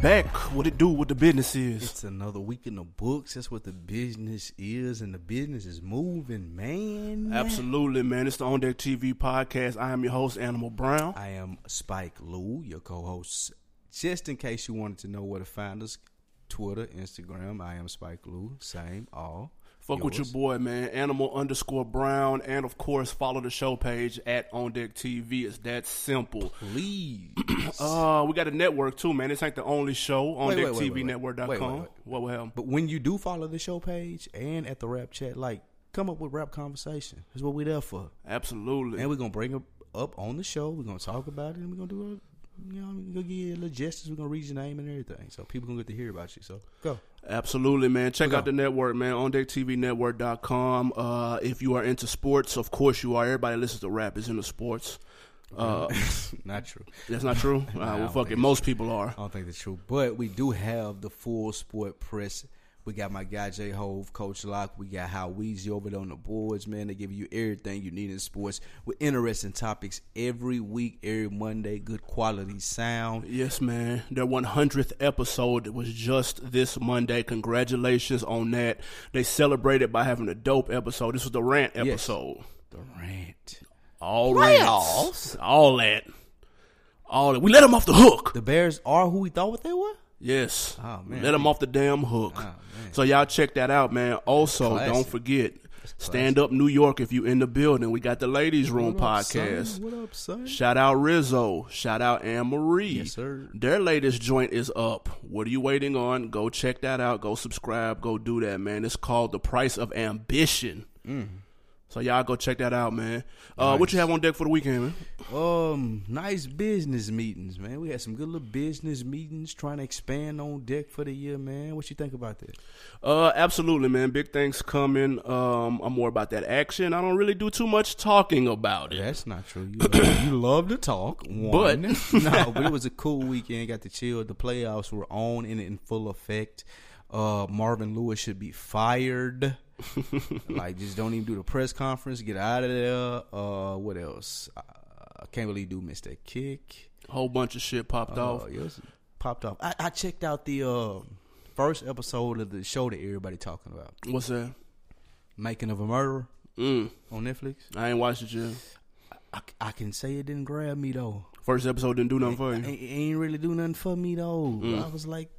back. What it do? What the business is? It's another week in the books. That's what the business is, and the business is moving, man. Absolutely, man. It's the On Deck TV podcast. I am your host, Animal Brown. I am Spike Lou, your co-host. Just in case you wanted to know where to find us, Twitter, Instagram. I am Spike Lou. Same, all. Fuck with your Yours. boy, man. Animal underscore Brown, and of course, follow the show page at On Deck TV. It's that simple. Please. Uh, we got a network too, man. This ain't the only show on Wait, Deck wait, wait, TV wait, wait. Network.com. Wait, wait, wait. What will happen? but when you do follow the show page and at the rap chat, like come up with rap conversation. That's what we're there for. Absolutely. And we're gonna bring it up on the show. We're gonna talk about it, and we're gonna do a, you know, we're gonna give you a little justice. We're gonna read your name and everything, so people gonna get to hear about you. So go. Absolutely, man. Check We're out the network, man. On decktvnetwork.com. Uh, if you are into sports, of course you are. Everybody listens to rap is into sports. Uh, Not true. that's not true. Uh, I well, don't fuck think it. Most people are. I don't think that's true, but we do have the full sport press. We got my guy J Hove, Coach Locke. We got How Weezy over there on the boards, man. They give you everything you need in sports with interesting topics every week, every Monday. Good quality sound. Yes, man. Their 100th episode was just this Monday. Congratulations on that. They celebrated by having a dope episode. This was the rant episode. The rant. All rants. All that. All that. We let them off the hook. The Bears are who we thought they were. Yes. Oh, man. Oh, Let them off the damn hook. so y'all check that out, man. Also, Classic. don't forget, stand up New York if you in the building. We got the Ladies Room podcast. What up, son? Shout out Rizzo. Shout out Anne Marie. Yes, sir. Their latest joint is up. What are you waiting on? Go check that out. Go subscribe. Go do that, man. It's called The Price of Ambition. Mm. So y'all go check that out, man. Uh, What you have on deck for the weekend, man? Um, nice business meetings, man. We had some good little business meetings trying to expand on deck for the year, man. What you think about that? Uh, absolutely, man. Big things coming. Um, I'm more about that action. I don't really do too much talking about it. That's not true. You love, you love to talk, one. But- no, but it was a cool weekend. Got to chill. The playoffs were on and in full effect. Uh, Marvin Lewis should be fired. like, just don't even do the press conference. Get out of there. Uh, what else? Uh, I can't believe dude missed that kick. Whole bunch of shit popped off. Uh, it was- popped off. I, I checked out the uh, first episode of the show that everybody talking about, What's that? Making of a Murderer Mm, on Netflix. I ain't watched it yet. I, I can say it didn't grab me though. First episode didn't do nothing for It you. ain't really do nothing for me though. I was like,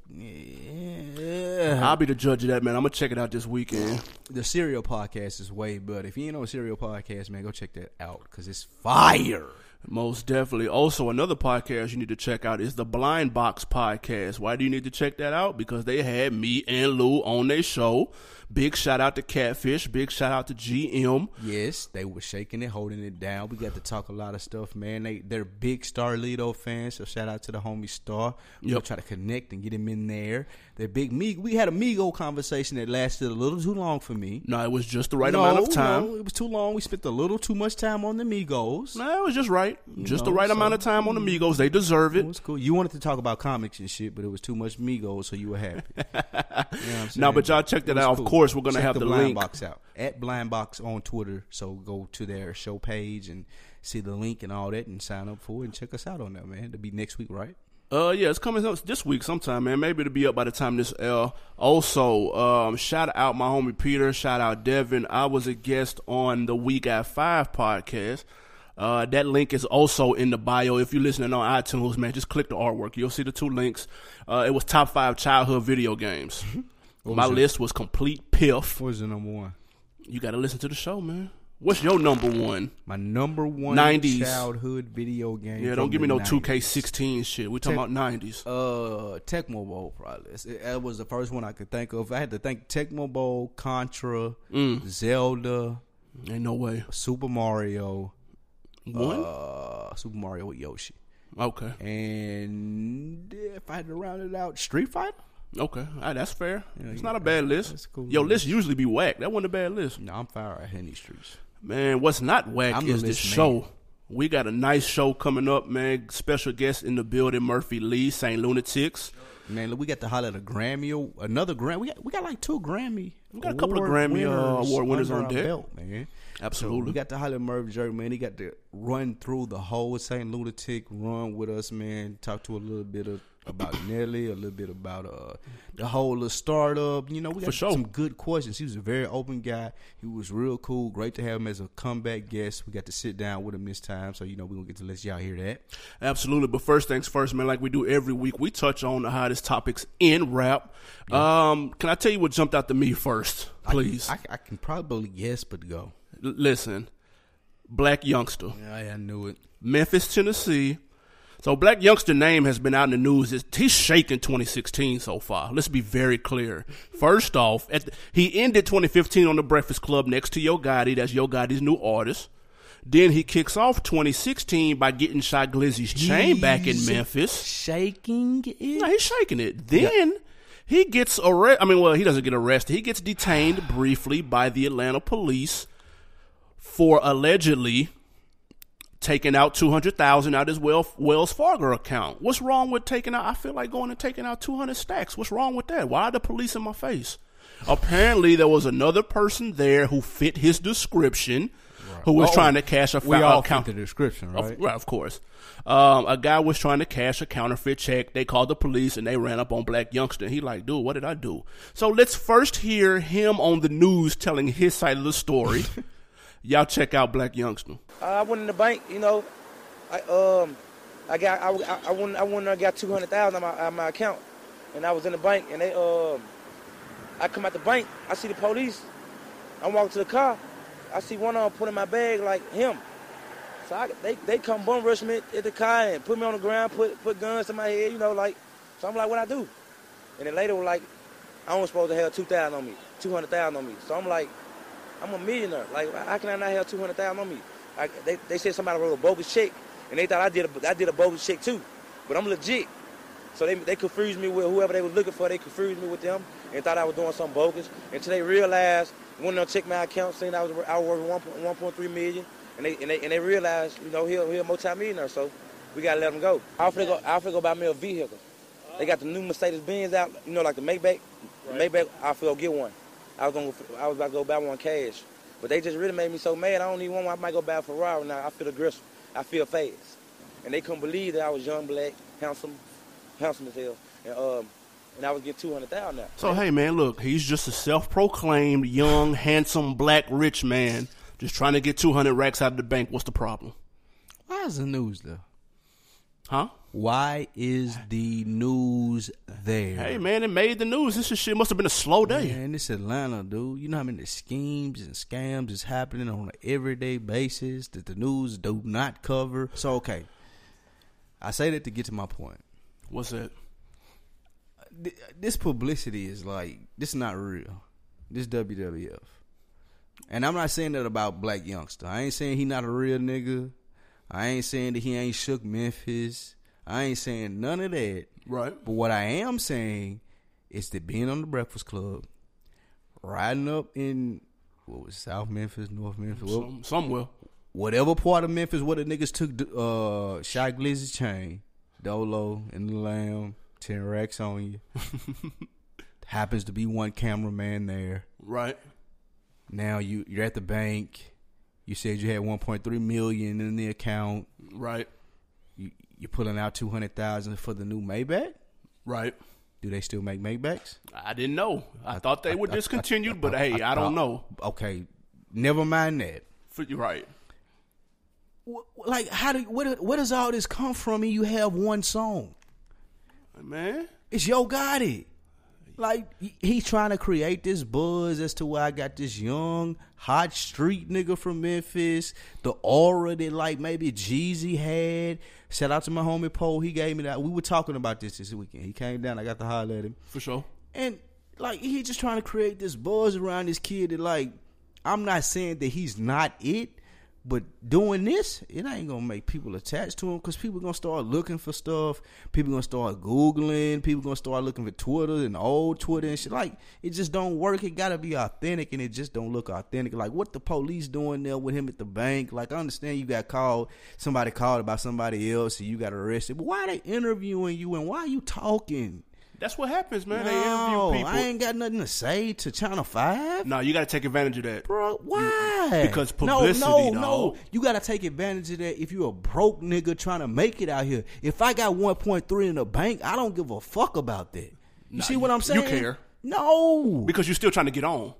yeah. I'll be the judge of that, man. I'm gonna check it out this weekend. the Serial podcast is way better. If you ain't on Serial podcast, man, go check that out because it's fire. Most definitely. Also, another podcast you need to check out is the Blind Box Podcast. Why do you need to check that out? Because they had me and Lou on their show. Big shout out to Catfish. Big shout out to GM. Yes, they were shaking it, holding it down. We got to talk a lot of stuff, man. They they're big Star Lido fans, so shout out to the homie Star. We're gonna Yep. try to connect and get him in there. They're big me. We had a Migo conversation that lasted a little too long for me. No, it was just the right No, amount of time. no, it was too long. We spent a little too much time on the Migos. No, it was just right. just the know, right so- amount of time on Amigos. They deserve It it. was cool. You wanted to talk about comics and shit, but it was too much Migos, so you were happy. You know what I'm Now, saying? but y'all check that It was out. Of cool. course, we're gonna Check have the, the, blind link. box out at blind box on Twitter. So go to their show page and see the link and all that, and sign up for it and check us out on that, man. It'll be next week, right? Uh, yeah, it's coming up this week sometime, man. Maybe it'll be up by the time this L. Also, um, shout out my homie Peter. Shout out Devin. I was a guest on the Week at Five podcast. Uh, that link is also in the bio. If you're listening on iTunes, man, just click the artwork. You'll see the two links. Uh, it was top five childhood video games. My list was complete piff. What is the number one? You got to listen to the show, man. What's your number one? My number one 90s. childhood video game. Yeah, from don't give me the no 90s. 2K16 shit. We talking about 90s. Uh, Tecmo Bowl probably. It's- It, that was the first one I could think of. I had to think Tecmo Bowl, Contra, Mm. Zelda, Ain't no way. Super Mario, One? uh, Super Mario with Yoshi. okay. And if I had to round it out, Street Fighter? Okay, All right, that's fair. it's not a bad list. That's cool. Yo, list usually be whack. That wasn't a bad list. No, I'm fire at Henny Streets. Man, what's not whack I'm the is this list man. show. We got a nice show coming up, man. Special guest in the building, Murphy Lee, St. Lunatics. Man, look, we got to holler at a Grammy, aw- another Grammy. We got, we got like two Grammy. We got a couple of Grammy, uh, award winners on deck. belt, man. Absolutely. We got to holler at Merv Jerk, man. He got to run through the whole St. Lunatic run with us, man. Talk to a little bit of about Nelly, a little bit about uh the whole little startup. You know, we got sure. some good questions. He was a very open guy. He was real cool. Great to have him as a comeback guest. We got to sit down with him this time, so you know we gonna get to let y'all hear that. Absolutely. But first things first, man, like we do every week, we touch on the hottest topics in rap. Um, can I tell you what jumped out to me first, please? I, I can probably guess, but go. L- listen, Black Youngster. Yeah, I knew it. Memphis, Tennessee. So Black Youngster name has been out in the news. It's, he's shaking 2016 so far. Let's be very clear. First off, at the, he ended 2015 on the Breakfast Club next to Yo Gotti. That's Yo Gotti's new artist. Then he kicks off 2016 by getting Shy Glizzy's chain back in He's Memphis. No, Shaking it. he's shaking it. Then he gets arrested. I mean, well, he doesn't get arrested. He gets detained briefly by the Atlanta police for allegedly taking out two hundred thousand out of his Wells, Wells Fargo account. What's wrong with taking out? I feel like going and taking out two hundred stacks. What's wrong with that? Why are the police in my face? Apparently, there was another person there who fit his description, who was Oh, trying to cash a We fa- all account. count the description, Of, right? right, of course. Um, a guy was trying to cash a counterfeit check. They called the police and they ran up on black youngster. He like, dude, what did I do? So let's first hear him on the news telling his side of the story. Y'all check out black youngster. Uh, I went in the bank, you know. I um, I got I I, I went I went and I got two hundred thousand on my on my account, and I was in the bank, and they um, I come out the bank, I see the police, I walk to the car, I see one of them put in my bag like him, so I, they they come bum rush me at the car and put me on the ground, put put guns to my head, you know, like so I'm like what I do, and then later was like, I was supposed to have two thousand on me, two hundred thousand on me, so I'm like. I'm a millionaire. Like, how can I not have two hundred thousand on me? Like, they, they said somebody wrote a bogus check, and they thought I did a, I did a bogus check too, but I'm legit. So they, they confused me with whoever they was looking for. They confused me with them and thought I was doing something bogus. Until they realized, when they checked my account, seen I was I was worth one point one point three million, and they and they, and they realized, you know, he'll he'll multi-millionaire. So we gotta let him go. I offer to go. I offer to go buy me a vehicle. They got the new Mercedes Benz out, you know, like the Maybach. The Maybach, I offer to go get one. I was gonna, I was about to go buy one cash, but they just really made me so mad. I don't even want one. I might go buy a Ferrari now. I feel aggressive. I feel fast, and they couldn't believe that I was young, black, handsome, handsome as hell, and um, and I was getting two hundred thousand now. So hey man, look, he's just a self-proclaimed young, handsome, black, rich man just trying to get two hundred racks out of the bank. What's the problem, Why is the news though? huh? Why is the news there? Hey man, it made the news. This is shit must have been a slow day. Man, this Atlanta, dude. You know how many schemes and scams is happening on an everyday basis that the news do not cover. So okay, I say that to get to my point. What's that? Th- This publicity is like this is not real. This WWF, and I'm not saying that about Black Youngster. I ain't saying he not a real nigga. I ain't saying that he ain't shook Memphis. I ain't saying none of that. Right. But what I am saying is that being on the Breakfast Club, riding up in what was it, South Memphis, North Memphis, wha- Some, somewhere. whatever part of Memphis where the niggas took the, uh Shy Glizzy chain, Dolo and the Lamb, ten racks on you. Happens to be one cameraman there. Right. Now you you're at the bank. You said you had 1.3 million in the account. Right. You, you're pulling out 200,000 for the new Maybach. Right. Do they still make Maybachs? I didn't know. I, thought they were discontinued, but hey, I, don't know. okay, never mind that. For- You're right. Wh- Like, how do you- where, do- where does all this come from? And you have one song. Man. It's Yo Gotti. Like he- he's trying to create this buzz as to why I got this young hot street nigga from Memphis, the aura that like maybe Jeezy had. Shout out to my homie Poe, he gave me that. We were talking about this this weekend. He came down, I got to holler at him. For sure. And like he just trying to create this buzz around this kid that like I'm not saying that he's not it, but doing this, it ain't gonna make people attached to him because people gonna start looking for stuff. People gonna start googling. People gonna start looking for Twitter and old Twitter and shit. Like it just don't work. It gotta be authentic, and it just don't look authentic. Like what the police doing there with him at the bank? Like I understand you got called, somebody called about somebody else, and you got arrested. But why they interviewing you and why you talking? That's what happens, man. No, they interview I people. ain't got nothing to say to Channel Five. No, you got to take advantage of that. Bro, why? Because No, no, publicity, no. dawg. You gotta take advantage of that. If you a broke nigga trying to make it out here, if I got one point three in the bank, I don't give a fuck about that. You Nah, see what you- I'm saying? you care. No. Because you're still trying to get on.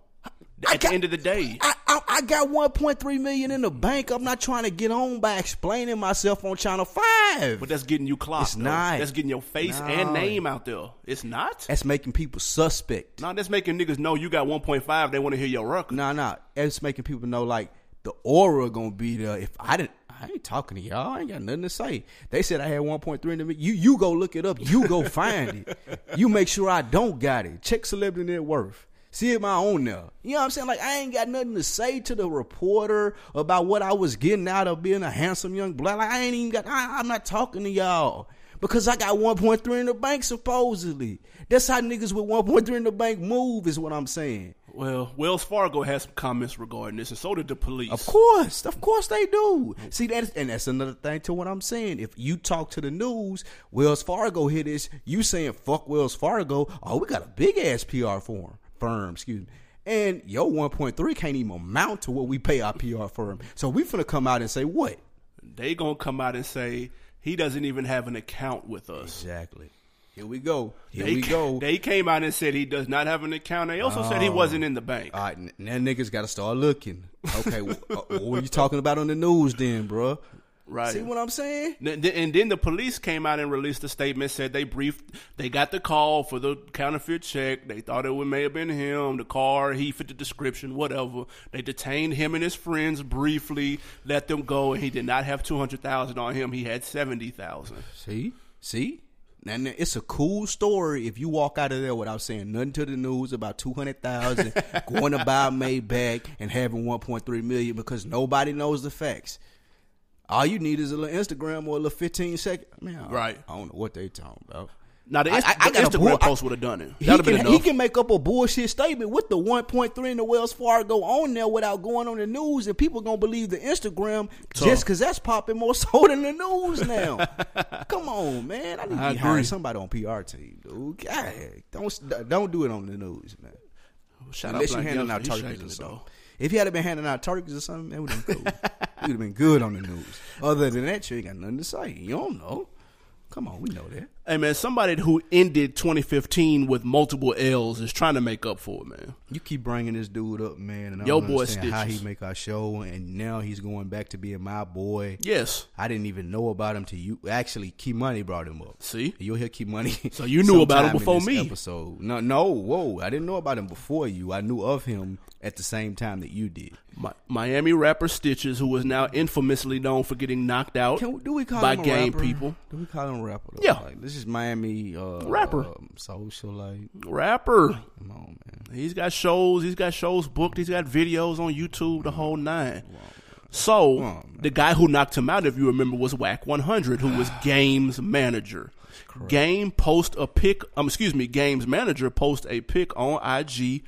I At the got- end of the day, I, I, I got 1.3 million in the bank. I'm not trying to get on by explaining myself on Channel 5. but that's getting you clocked. It's though. not. That's getting your face No. and name out there. It's not. that's making people suspect. No, that's making niggas know you got 1.5. They want to hear your record. Nah, nah. It's making people know like the aura gonna be there. If I didn't, I ain't talking to y'all. I ain't got nothing to say. They said I had one point three in the mi- You you go look it up. You go find it. You make sure I don't got it. Check celebrity net worth. See it my own now. You know what I'm saying? Like I ain't got nothing to say to the reporter about what I was getting out of being a handsome young black. Like I ain't even got. I, I'm not talking to y'all. Because I got 1.3 in the bank, supposedly. That's how niggas with 1.3 in the bank move, is what I'm saying. Well, Wells Fargo has some comments regarding this, and so did the police. Of course, of course they do. See that's and that's another thing to what I'm saying. If you talk to the news, Wells Fargo hit this. You saying fuck Wells Fargo? Oh, we got a big ass PR firm. Firm, excuse me. And your 1.3 can't even amount to what we pay our PR firm. So we finna come out and say what? They gonna come out and say he doesn't even have an account with us. Exactly. Here we go. Here They we ca- go. Oh. They came out and said he does not have an account. They also said he wasn't in the bank. All right, n- now niggas got to start looking. Okay, wh- uh, what were you talking about on the news then, bruh? Right. See what I'm saying? Th- th- And then the police came out and released a statement, said they briefed, they got the call for the counterfeit check. They thought it would may have been him, the car, he fit the description, whatever. They detained him and his friends briefly, let them go, and he did not have two hundred thousand on him. He had seventy thousand. See, see, and it's a cool story if you walk out of there without saying nothing to the news about two hundred thousand going to buy Maybach and having one point three million because nobody knows the facts. All you need is a little Instagram or a little fifteen second. Man, I- Right. I don't know what they talking about. Now the, I- Inst- I- I the got a bull- Instagram I- post would have done it. He That'd have been can, he enough. can make up a bullshit statement with the 1.3 in the Wells Fargo on there without going on the news, and people gonna believe the Instagram just because that's popping more so than the news now. Come on, man! I need to I be hiring agree. somebody on PR team, dude. God, don't don't do it on the news, man. Shout Unless you Black handing Youngster. out He turkeys shaking or it, something. though. If you had been handing out turkeys or something, that would have been cool. You'd have been good on the news. Other than that, you ain't got nothing to say. You don't know. Come on, we know that. Hey man, somebody who ended 2015 with multiple L's is trying to make up for it, man. You keep bringing this dude up, man, and I Yo don't boy understand how Stitches. he make our show, and now he's going back to being my boy. Yes. I didn't even know about him till you actually Key Money brought him up. See? you'll hear Key Money. So you knew about him sometime in before this me. Episode. No, no, whoa! I didn't know about him before you. I knew of him at the same time that you did. Mi- Miami rapper Stitches, who is now infamously known for getting knocked out Can, do we call by him a game rapper? people. Do we call him a rapper? though? Yeah. like, this is Miami uh, Rapper. um, socialite. Rapper. Come on, man. He's got shows. He's got shows booked. He's got videos on YouTube. The whole nine. So the guy who knocked him out, if you remember, was Whack 100, who was Game's manager. Game post a pic. Um, excuse me. Game's manager post a pic on IG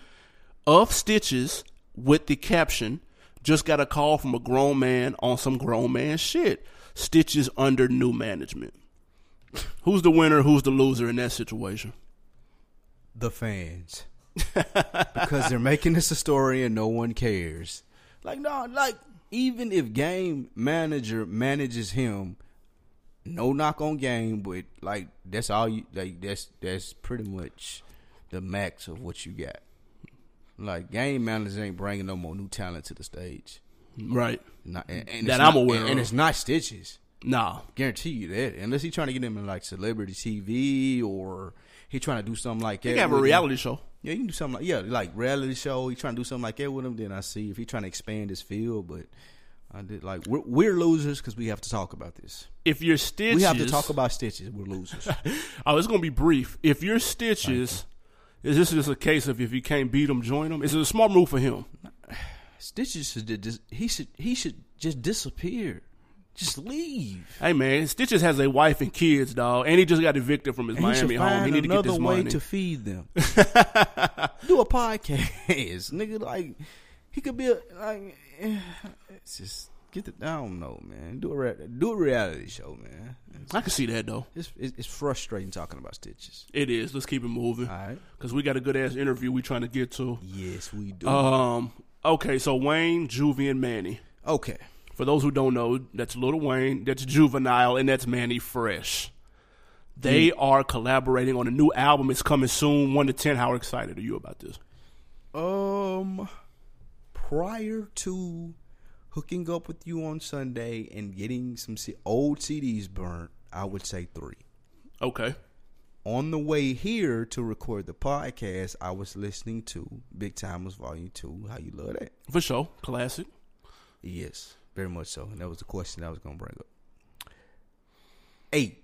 of Stitches with the caption, "Just got a call from a grown man on some grown man shit." Stitches under new management. Who's the winner? Who's the loser in that situation? the fans because they're making this a story and no one cares. Like no, like even if game manager manages him, no knock on game, but like that's all you like. That's that's pretty much the max of what you got. Like game managers ain't bringing no more new talent to the stage. Right. Not, and, and That it's not- I'm aware and, and of. it's not stitches. Nah. Guarantee you that, unless he's trying to get him in like celebrity TV or he trying to do something like that. You can have a with him. reality show. Yeah, you can do something like yeah, like reality show. You trying to do something like that with him? Then I see if he trying to expand his field. But I did like we're, we're losers because we have to talk about this. If you're stitches, We have to talk about stitches. We're losers. Oh, it's gonna be brief. If you're stitches, is this just a case of if you can't beat them, join them? Is it a smart move for him? stitches should di- dis- he should he should just disappear, just leave. Hey man, Stitches has a wife and kids, dog, and he just got evicted from his And Miami he should home. find He need to get another this way money. to feed them. do a podcast, nigga. Like he could be a, like. It's just Get the I don't know, man. Do a re- do a reality show, man. I can see that though. It's it's, it's frustrating talking about stitches. It is. Let's keep it moving All right. because we got a good ass interview we trying to get to. Yes, we do. Um. Okay, so Wayne, Juvie, and Manny. okay. For those who don't know, that's Lil Wayne, that's Juvenile, and that's Manny Fresh. They are collaborating on a new album. It's coming soon. One to ten. How excited are you about this? Um, prior to hooking up with you on Sunday and getting some C- old CDs burnt, I would say three. Okay. On the way here to record the podcast, I was listening to Big Timers Volume Two. How you love that? For sure. Classic. Yes, very much so. And that was the question I was going to bring up. Eight.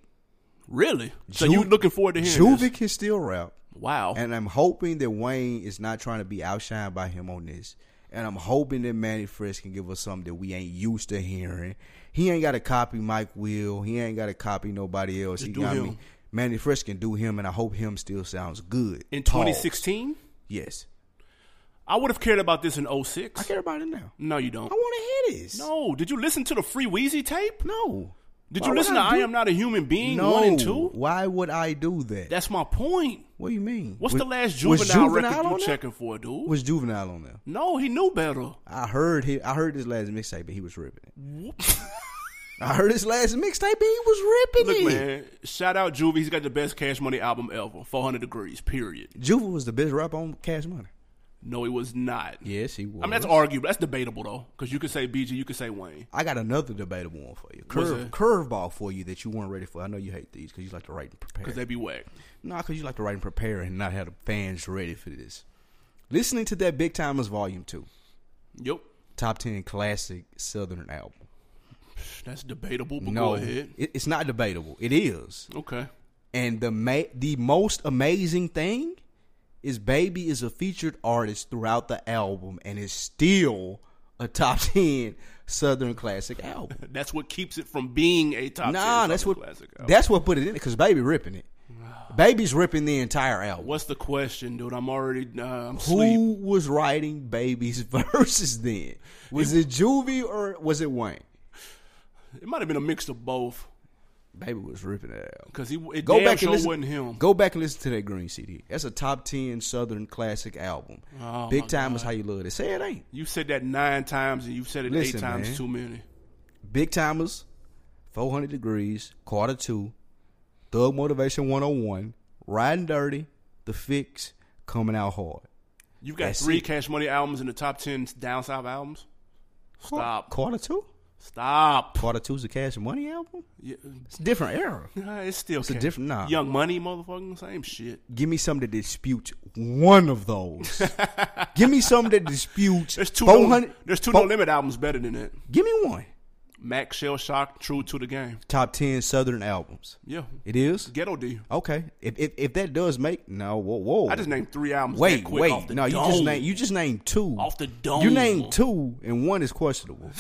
Really? So Ju- you looking forward to hearing this? Juvie can still rap. Wow. And I'm hoping that Wayne is not trying to be outshined by him on this. And I'm hoping that Manny Fresh can give us something that we ain't used to hearing. He ain't got to copy Mike Will. He ain't got to copy nobody else. he do got him. me. Manny Fresh can do him, and I hope him still sounds good. in Pause. 2016, Yes. I would have cared about this in I 06. care about it now. No, you don't. I want to hear this. No. Did you listen to the Free Wheezy tape? No. Did Why you would listen to I do- Am Not a Human Being no. 1 and 2? Why would I do that? That's my point. what do you mean? What's Was- the last was juvenile, Juvenile record on you there? checking for, dude? Was juvenile on there? no, he knew better. I heard he, I heard his last mixtape, and he was ripping it. I heard his last mixtape, and he was ripping Look, it. man, shout out Juvie. He's got the best Cash Money album ever. 400 Degrees, period. Juva was the best rapper on Cash Money. No, he was not. Yes, he was. I mean, that's arguable. That's debatable, though, because you could say BG, you could say Wayne. I got another debatable one for you. What's Curve, that? curveball for you that you weren't ready for. I know you hate these because you like to write and Because prepare. they be whack. Nah, because you like to write and prepare and not have the fans ready for this. Listening to that Big Timers Volume 2, Yep. top 10 classic Southern album. That's debatable, but No, go ahead. it- it's not debatable. It is. Okay. And the ma- the most amazing thing is Baby is a featured artist throughout the album and is still a top 10 Southern classic album. That's what keeps it from being a top 10 Nah, that's Southern what classic album. that's what put it in it because Baby ripping it. Baby's ripping the entire album. What's the question, dude? I'm already uh, I'm sleep. Who was writing Baby's verses then? Was it Juvie or was it Wayne? It might have been a mix of both Baby was ripping that album. because he it Go damn back sure and listen. wasn't him. Go back and listen to that Green CD. That's a top ten Southern classic album. Oh, my Big time is how you love it. Say it ain't. You said that nine times and you said it Listen, eight times man. too many. Big Timers, 400 Degrees, Quarter 2, Thug Motivation 101, Riding Dirty, The Fix, Coming Out Hard. You've got That's three it. Cash Money albums in the top ten down south albums. Stop. Quarter 2? Stop. Quarter 2's a Cash Money album? Yeah, It's a different era. nah, it's still a Cash- different- nah. Young Money, motherfucking same shit. Give me something that disputes one of those. Give me something that disputes There's two. No, 400. there's two four- No Limit albums better than that. Give me one. Max Shell Shock, True to the Game. Top 10 Southern albums. Yeah, It is? Ghetto D. Okay. If, if, if that does make. No, whoa, whoa. I just named three albums. that Wait, quick wait. Off the no, you dome. just named you just named two. Off the dome. You named two and one is questionable.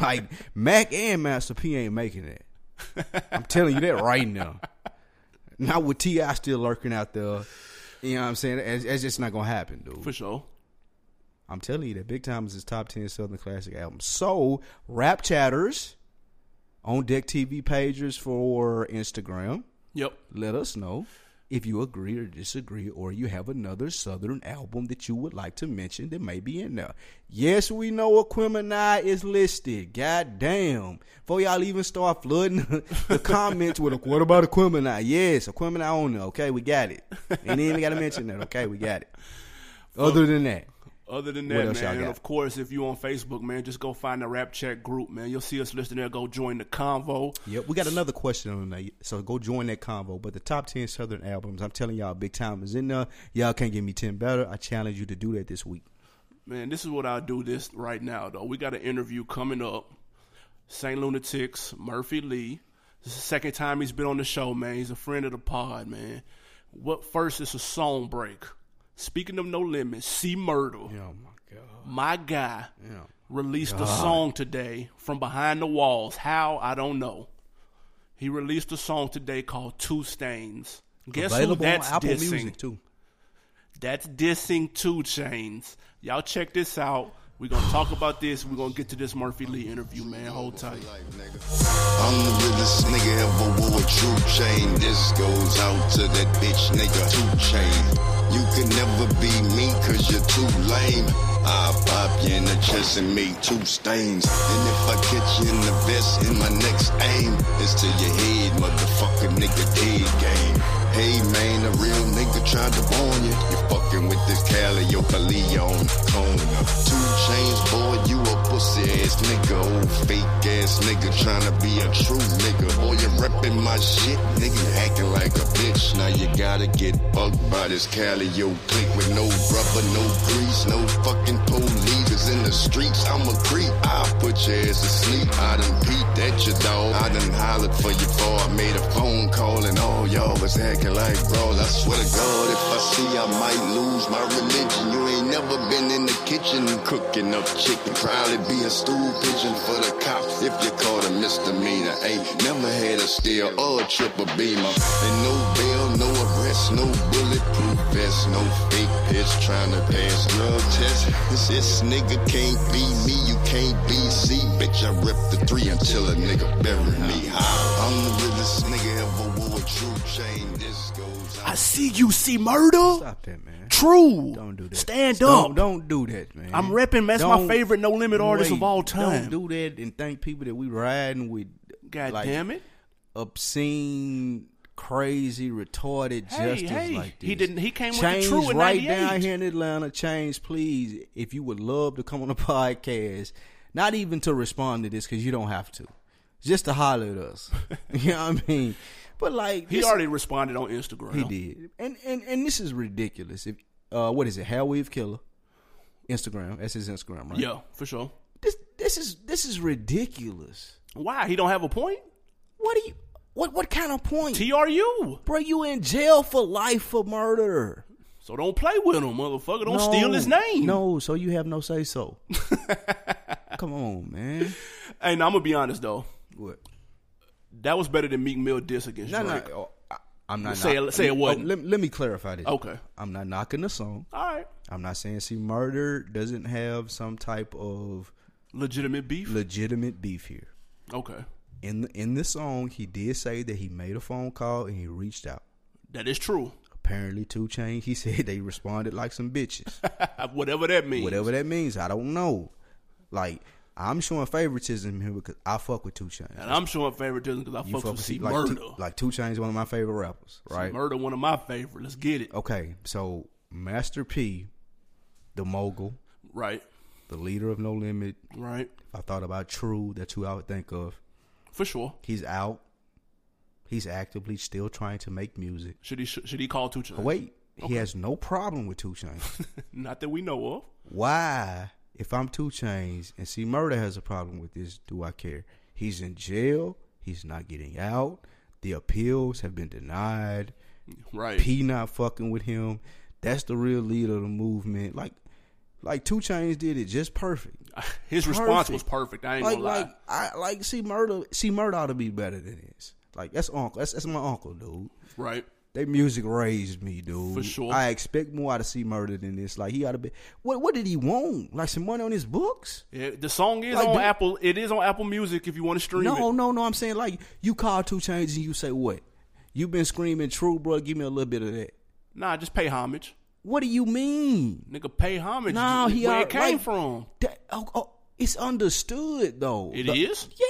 like Mac and Master P ain't making it. I'm telling you that right now. Not with T.I. still lurking out there. You know what I'm saying? It's, it's just not gonna happen, dude. for sure. I'm telling you that Big Time is his top ten Southern classic album. So rap chatters on deck TV pages for Instagram. Yep. Let us know if you agree or disagree, or you have another Southern album that you would like to mention that may be in there. Yes, we know Aquemini is listed. God damn. Before y'all even start flooding the comments with, what about Aquemini? Yes, Aquemini on there. Okay, we got it. And then we got to mention that. Okay, we got it. Other than that, Other than What that, else man, y'all and got? of course, if you on Facebook, man, just go find the Rap Chat group, man. You'll see us listed there. Go join the convo. Yep, we got another question on that. So go join that convo. But the top 10 Southern albums, I'm telling y'all, Big Time is in there. Y'all can't give me 10 better. I challenge you to do that this week. Man, this is what I'll do this right now, though. We got an interview coming up. St. Lunatics, Murphy Lee. This is the second time he's been on the show, man. He's a friend of the pod, man. What first is a song break. Speaking of No Limits, C Myrtle, Oh, my God. my guy, Yeah. released a song today from behind the walls. How? I don't know. He released a song today called Two Stains. Guess who Available on that's Apple dissing? Music, too. That's dissing two chains. Y'all check this out. We're gonna talk about this. We're gonna get to this Murphy Lee interview, man. Hold tight. I'm the realest nigga ever wore a true chain. This goes out to that bitch nigga two chain. You can never be me cause you're too lame. I'll pop you in the chest and make two stains. And if I catch you in the vest in my next aim, it's to your head, motherfucker nigga dead game. Hey man, a real nigga tried to warn you. You fucking with this Cali, your Leon Kona. Two chains, boy, you a pussy ass nigga. Old fake ass nigga trying to be a true nigga. Boy, you repping my shit, nigga. Acting like a bitch. Now you gotta get bugged by this Cali, yo click with no rubber, no grease, no fucking police. Is in the streets, I'm a creep. I'll put your ass to sleep. I done peeped at your dog. I done hollered for you before I made a phone call and all y'all was acting like bros. I swear to God, if I see I might lose my religion. You ain't never been in the kitchen cooking up chicken. Probably be a stool pigeon for the cops if you caught a misdemeanor. Ain't never had a steal or a triple beamer. And no bail, no arrest, no bulletproof vest, no fake piss trying to pass drug test. This, this nigga can't be me, you can't be C. Bitch, I rip the three until a nigga bury me high. I'm the realest nigga ever wore a true chain. This goes out. I see you, see murder. Stop that, man. True. Don't do that. Stand Don't- up. Don't do that, man. I'm repping. That's my Don't- favorite No Limit artist of wait, all time. Don't do that and thank people that we riding with. God like, damn it. Obscene, crazy, retarded Hey, justice hey, like this. he didn't- he came with the Change true in right 98. down here in Atlanta. Change, please. If you would love to come on the podcast, not even to respond to this because you don't have to, just to holler at us. you know what I mean? But like He this- already responded on Instagram. He did. And and and this is ridiculous. If uh what is it? Hal Weave Killer. Instagram. That's his Instagram, right? Yeah, for sure. This this is this is ridiculous. Why? He don't have a point? What do you what what kind of point? TRU. Bro, you in jail for life for murder. So don't play with him, motherfucker. Don't No. steal his name. No, so you have no say so. Come on, man. Hey, now I'm gonna be honest though. What? That was better than Meek Mill diss against No, no. Drake. oh, I, I'm not Say it- knock- say it oh, wasn't. let, let me clarify this. Okay. I'm not knocking the song. All right. I'm not saying see murder doesn't have some type of Legitimate beef. legitimate beef here. okay. In in this song, he did say that he made a phone call and he reached out. That is true. Apparently, Two Chain, he said they responded like some bitches. Whatever that means. Whatever that means, I don't know. Like I'm showing favoritism here because I fuck with Two Chain. And I'm showing favoritism because I You fucks with C like Murder. Two, like Two Chain's one of my favorite rappers, right? Murder, one of my favorite. Let's get it. Okay, so Master P, the mogul, Right. the leader of No Limit. Right. If I thought about True, that's who I would think of. For sure. He's out. He's actively still trying to make music. Should he should he call two chains? Wait, he has no problem with Two Chains. Not that we know of. Why, if I'm Two Chains and see Murder has a problem with this, do I care? He's in jail. He's not getting out. The appeals have been denied. Right. P not fucking with him. That's the real leader of the movement. Like, like Two Chains did it just perfect. His response Perfect. was perfect. I ain't Like, gonna lie. like I like see Murder. See Murder ought to be better than this. Like that's uncle. That's that's my uncle, dude. right. They music raised me, dude. For sure. I expect more out of C Murder than this. Like he ought to be. What What did he want? Like some money on his books? Yeah, the song is Like, on do- Apple. It is on Apple Music if you want to stream no, it. no, no. I'm saying like you call two chains and you say what? You been screaming true, bro. Give me a little bit of that. Nah, just pay homage. What do you mean? Nigga, pay homage. No, to he where are- it came like- from. That oh, oh, it's understood though. It is. The- Yeah.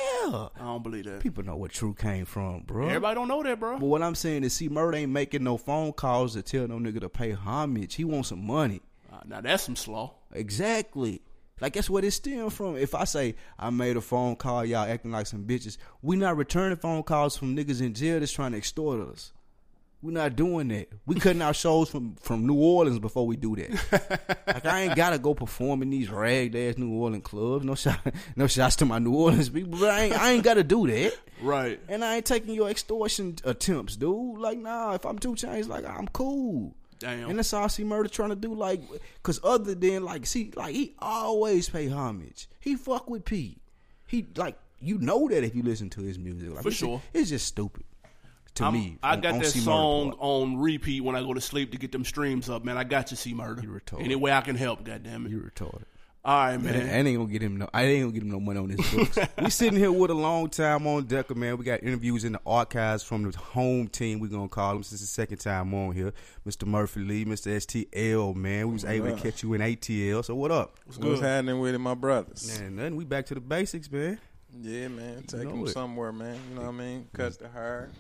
I don't believe that. People know where true came from, bro. Everybody don't know that, bro. But what I'm saying is, see, Murder ain't making no phone calls to tell no nigga to pay homage. He wants some money. Uh, now that's some slaw. Exactly. Like that's where it stemmed from. If I say I made a phone call, y'all acting like some bitches, we not returning phone calls from niggas in jail that's trying to extort us. we not doing that. We cutting our shows from, from New Orleans before we do that. like I ain't gotta go perform in these ragged ass New Orleans clubs. No shot, no shots to my New Orleans people, but I ain't, I ain't gotta do that. Right. And I ain't taking your extortion attempts, dude. Like nah, if I'm two chains, like I'm cool. Damn. And that's all I see Murder trying to do, like, cause other than like, see, like he always pay homage. He fuck with P. He like you know that if you listen to his music, like, For it's sure. just, it's just stupid to I'm- me. I on- got on that C. Murder song part. on repeat when I go to sleep to get them streams up, man. I got you, C Murder. You retarded. Any way I can help, goddamn it. You retarded. All right, man. Man, I ain't gonna get him no. I ain't gonna get him no money on his books. we sitting here with a long time on Decker, man. We got interviews in the archives from the home team. We gonna call him since the second time on here, Mr. Murphy Lee, Mr. STL, man. We was able to catch you in ATL. So what up? What's happening with it, my brothers? Man, nothing. We back to the basics, man. Yeah, man. Take know them it. somewhere, man. You know what I mean? Cut the hair.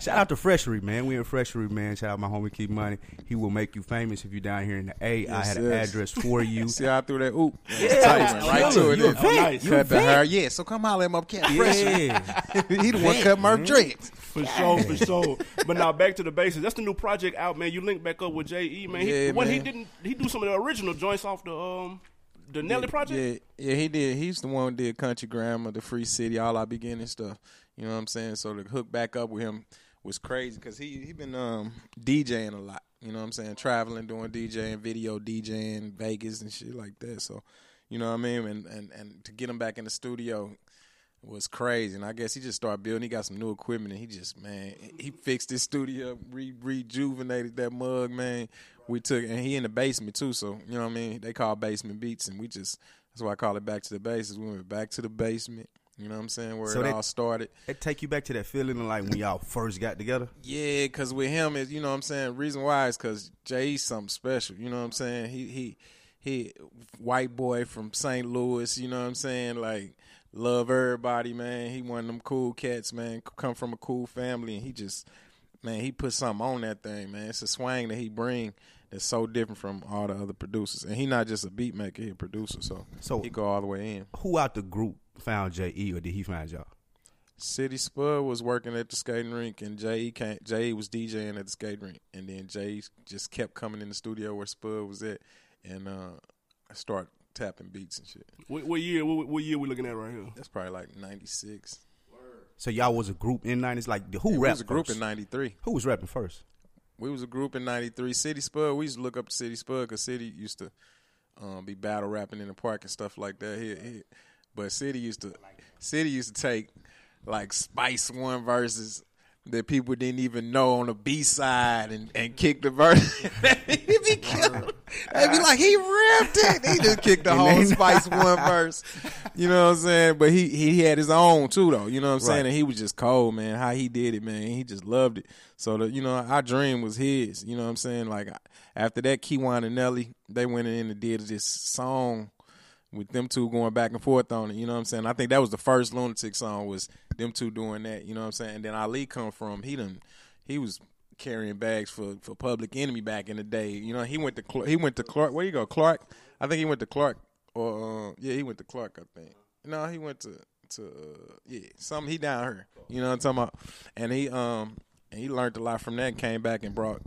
Shout out to Freshery, man. We in Freshery, man. Shout out my homie Keep Money. He will make you famous if you down here in the A. I Yes, had an yes. address for you. See how I threw that oop? Yeah, Right to it. You a Cut vet. nice. You a the hair. vet. Yeah, so come holler at my cat fresh. Yeah. he the one cut Mm-hmm. my dreads. For sure, for sure. But now back to the basics. That's the new project out, man. You link back up with JE, man. he, Yeah, What he man. didn't, he do some of the original joints off the um the Nelly project. Yeah, yeah, he did. He's the one who did Country Grammar, The Free City, all our beginning stuff. You know what I'm saying? So to hook back up with him was crazy because he he been um, DJing a lot. You know what I'm saying? Traveling, doing DJing, video DJing, Vegas and shit like that. So, you know what I mean? And and and to get him back in the studio was crazy. And I guess he just started building. He got some new equipment, and he just man, he fixed his studio, re- rejuvenated that mug, man. We took and he in the basement too, so you know what I mean. They call basement beats, and we just that's why I call it back to the bases. We went back to the basement. You know what I'm saying? Where So it that- all started. That take you back to that feeling of like when y'all first got together. Yeah, because with him is you know what I'm saying. Reason why is because Jay's something special. You know what I'm saying. He he he, white boy from St. Louis. You know what I'm saying. Like love everybody, man. He one of them cool cats, man. c- Come from a cool family, and he just man he put something on that thing, man. It's a swang that he bring that's so different from all the other producers. And he not just a beat maker, he a producer. So So- he go all the way in. Who out the group found J.E. or did he find y'all? City Spud was working at the skating rink, and Jay came, Jay was DJing at the skating rink, and then Jay just kept coming in the studio where Spud was at, and uh, I start tapping beats and shit. What, what year? What, what year we looking at right here? That's probably like '96. So y'all was a group in nineties, like the- who We rapped was a group first? in '93. Who was rapping first? We was a group in '93. City Spud. We used to look up to City Spud because City used to um, be battle rapping in the park and stuff like that. He, he, but City used to City used to take like Spice One verses that people didn't even know on the B side and, and kick the verse. they be killing. They be like he ripped it. He just kicked the whole Spice One verse. You know what I'm saying? But he he had his own too though. You know what I'm saying? Right. And he was just cold man. How he did it man. He just loved it. So the, you know our dream was his. You know what I'm saying? Like after that, Keywan and Nelly they went in and did this song with them two going back and forth on it. You know what I'm saying? I think that was the first lunatic song was them two doing that. You know what I'm saying? And then Ali come from he done he was carrying bags for for Public Enemy back in the day. You know he went to Cl- he went to Clark. Where you go, Clark? I think he went to Clark or uh, yeah he went to Clark. I think no he went to to uh, yeah some he down here. You know what I'm talking about? And he um and he learned a lot from that. and Came back and brought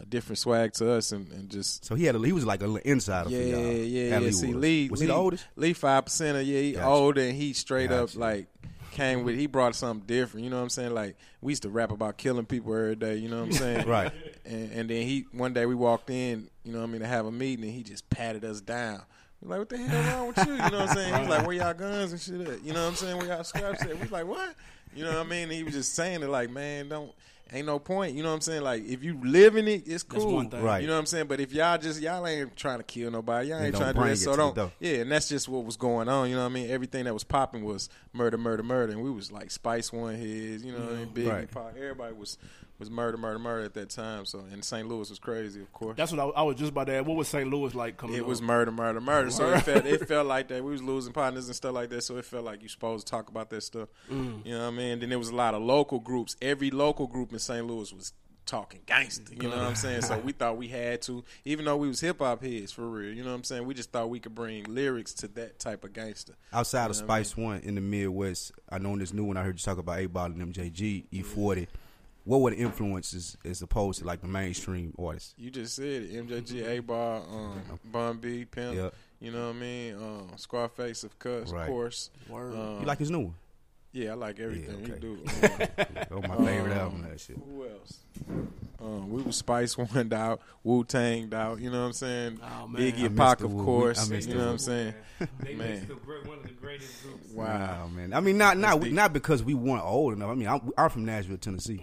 a different swag to us and, and just So he had a, he was like a little insider for yeah, y'all. yeah, yeah. Allee See, was. Lee uh, was Lee, he the oldest? Lee five percenter. Yeah, he Gotcha. older, and he straight up Gotcha. like came with. He brought something different. You know what I'm saying? Like we used to rap about killing people every day. You know what I'm saying? Right. And, and then he one day we walked in. You know what I mean? To have a meeting, and he just patted us down. We're like, what the hell wrong with you? You know what I'm saying? He was like, where y'all guns and shit at? You know what I'm saying? Where y'all scraps at? We was like, what? You know what I mean? And he was just saying it like, man, don't. Ain't no point, you know what I'm saying? Like if you live in it, it's cool, one thing. Right. You know what I'm saying? But if y'all just y'all ain't trying to kill nobody, y'all Then ain't don't trying to do bring that, it so to the don't. door. Yeah, and that's just what was going on. You know what I mean? Everything that was popping was murder, murder, murder, and we was like Spice One Heads, you know what I mean? Biggie, Right. Pac, everybody was was murder, murder, murder at that time. So and St. Louis was crazy, of course. That's what I, I was just about to add. What was St. Louis like coming? it up? was murder, murder, murder. So it felt it felt like that. We was losing partners and stuff like that. So it felt like you supposed to talk about that stuff. You know what I mean? Then there was a lot of local groups. Every local group in St. Louis was talking gangster. You know what I'm saying? So we thought we had to, even though we was hip hop heads for real. You know what I'm saying? We just thought we could bring lyrics to that type of gangster. Outside of Spice One in the Midwest, I know in this new one I heard you talk about A Ball and MJG, E Forty. What were the influences as opposed to like the mainstream artists? You just said it. MJG, A Bar, um, Bun B, Pimp. Yep. You know what I mean? Um, Scarface, of course. Right. Of course. Word. Um, You like his new one? yeah, I like everything okay. you do. Um, Oh, my favorite album. That shit. Who else? Um, we was Spice One out, Wu Tang out. You know what I'm saying? Oh, man. Biggie I missed and Pac, the of Wu. course. I missed You the know what Wu. I'm saying? They Man. missed the, gre- one of the greatest groups. Wow. Wow, man. I mean, not not deep. not because we weren't old enough. I mean, I'm, I'm from Nashville, Tennessee,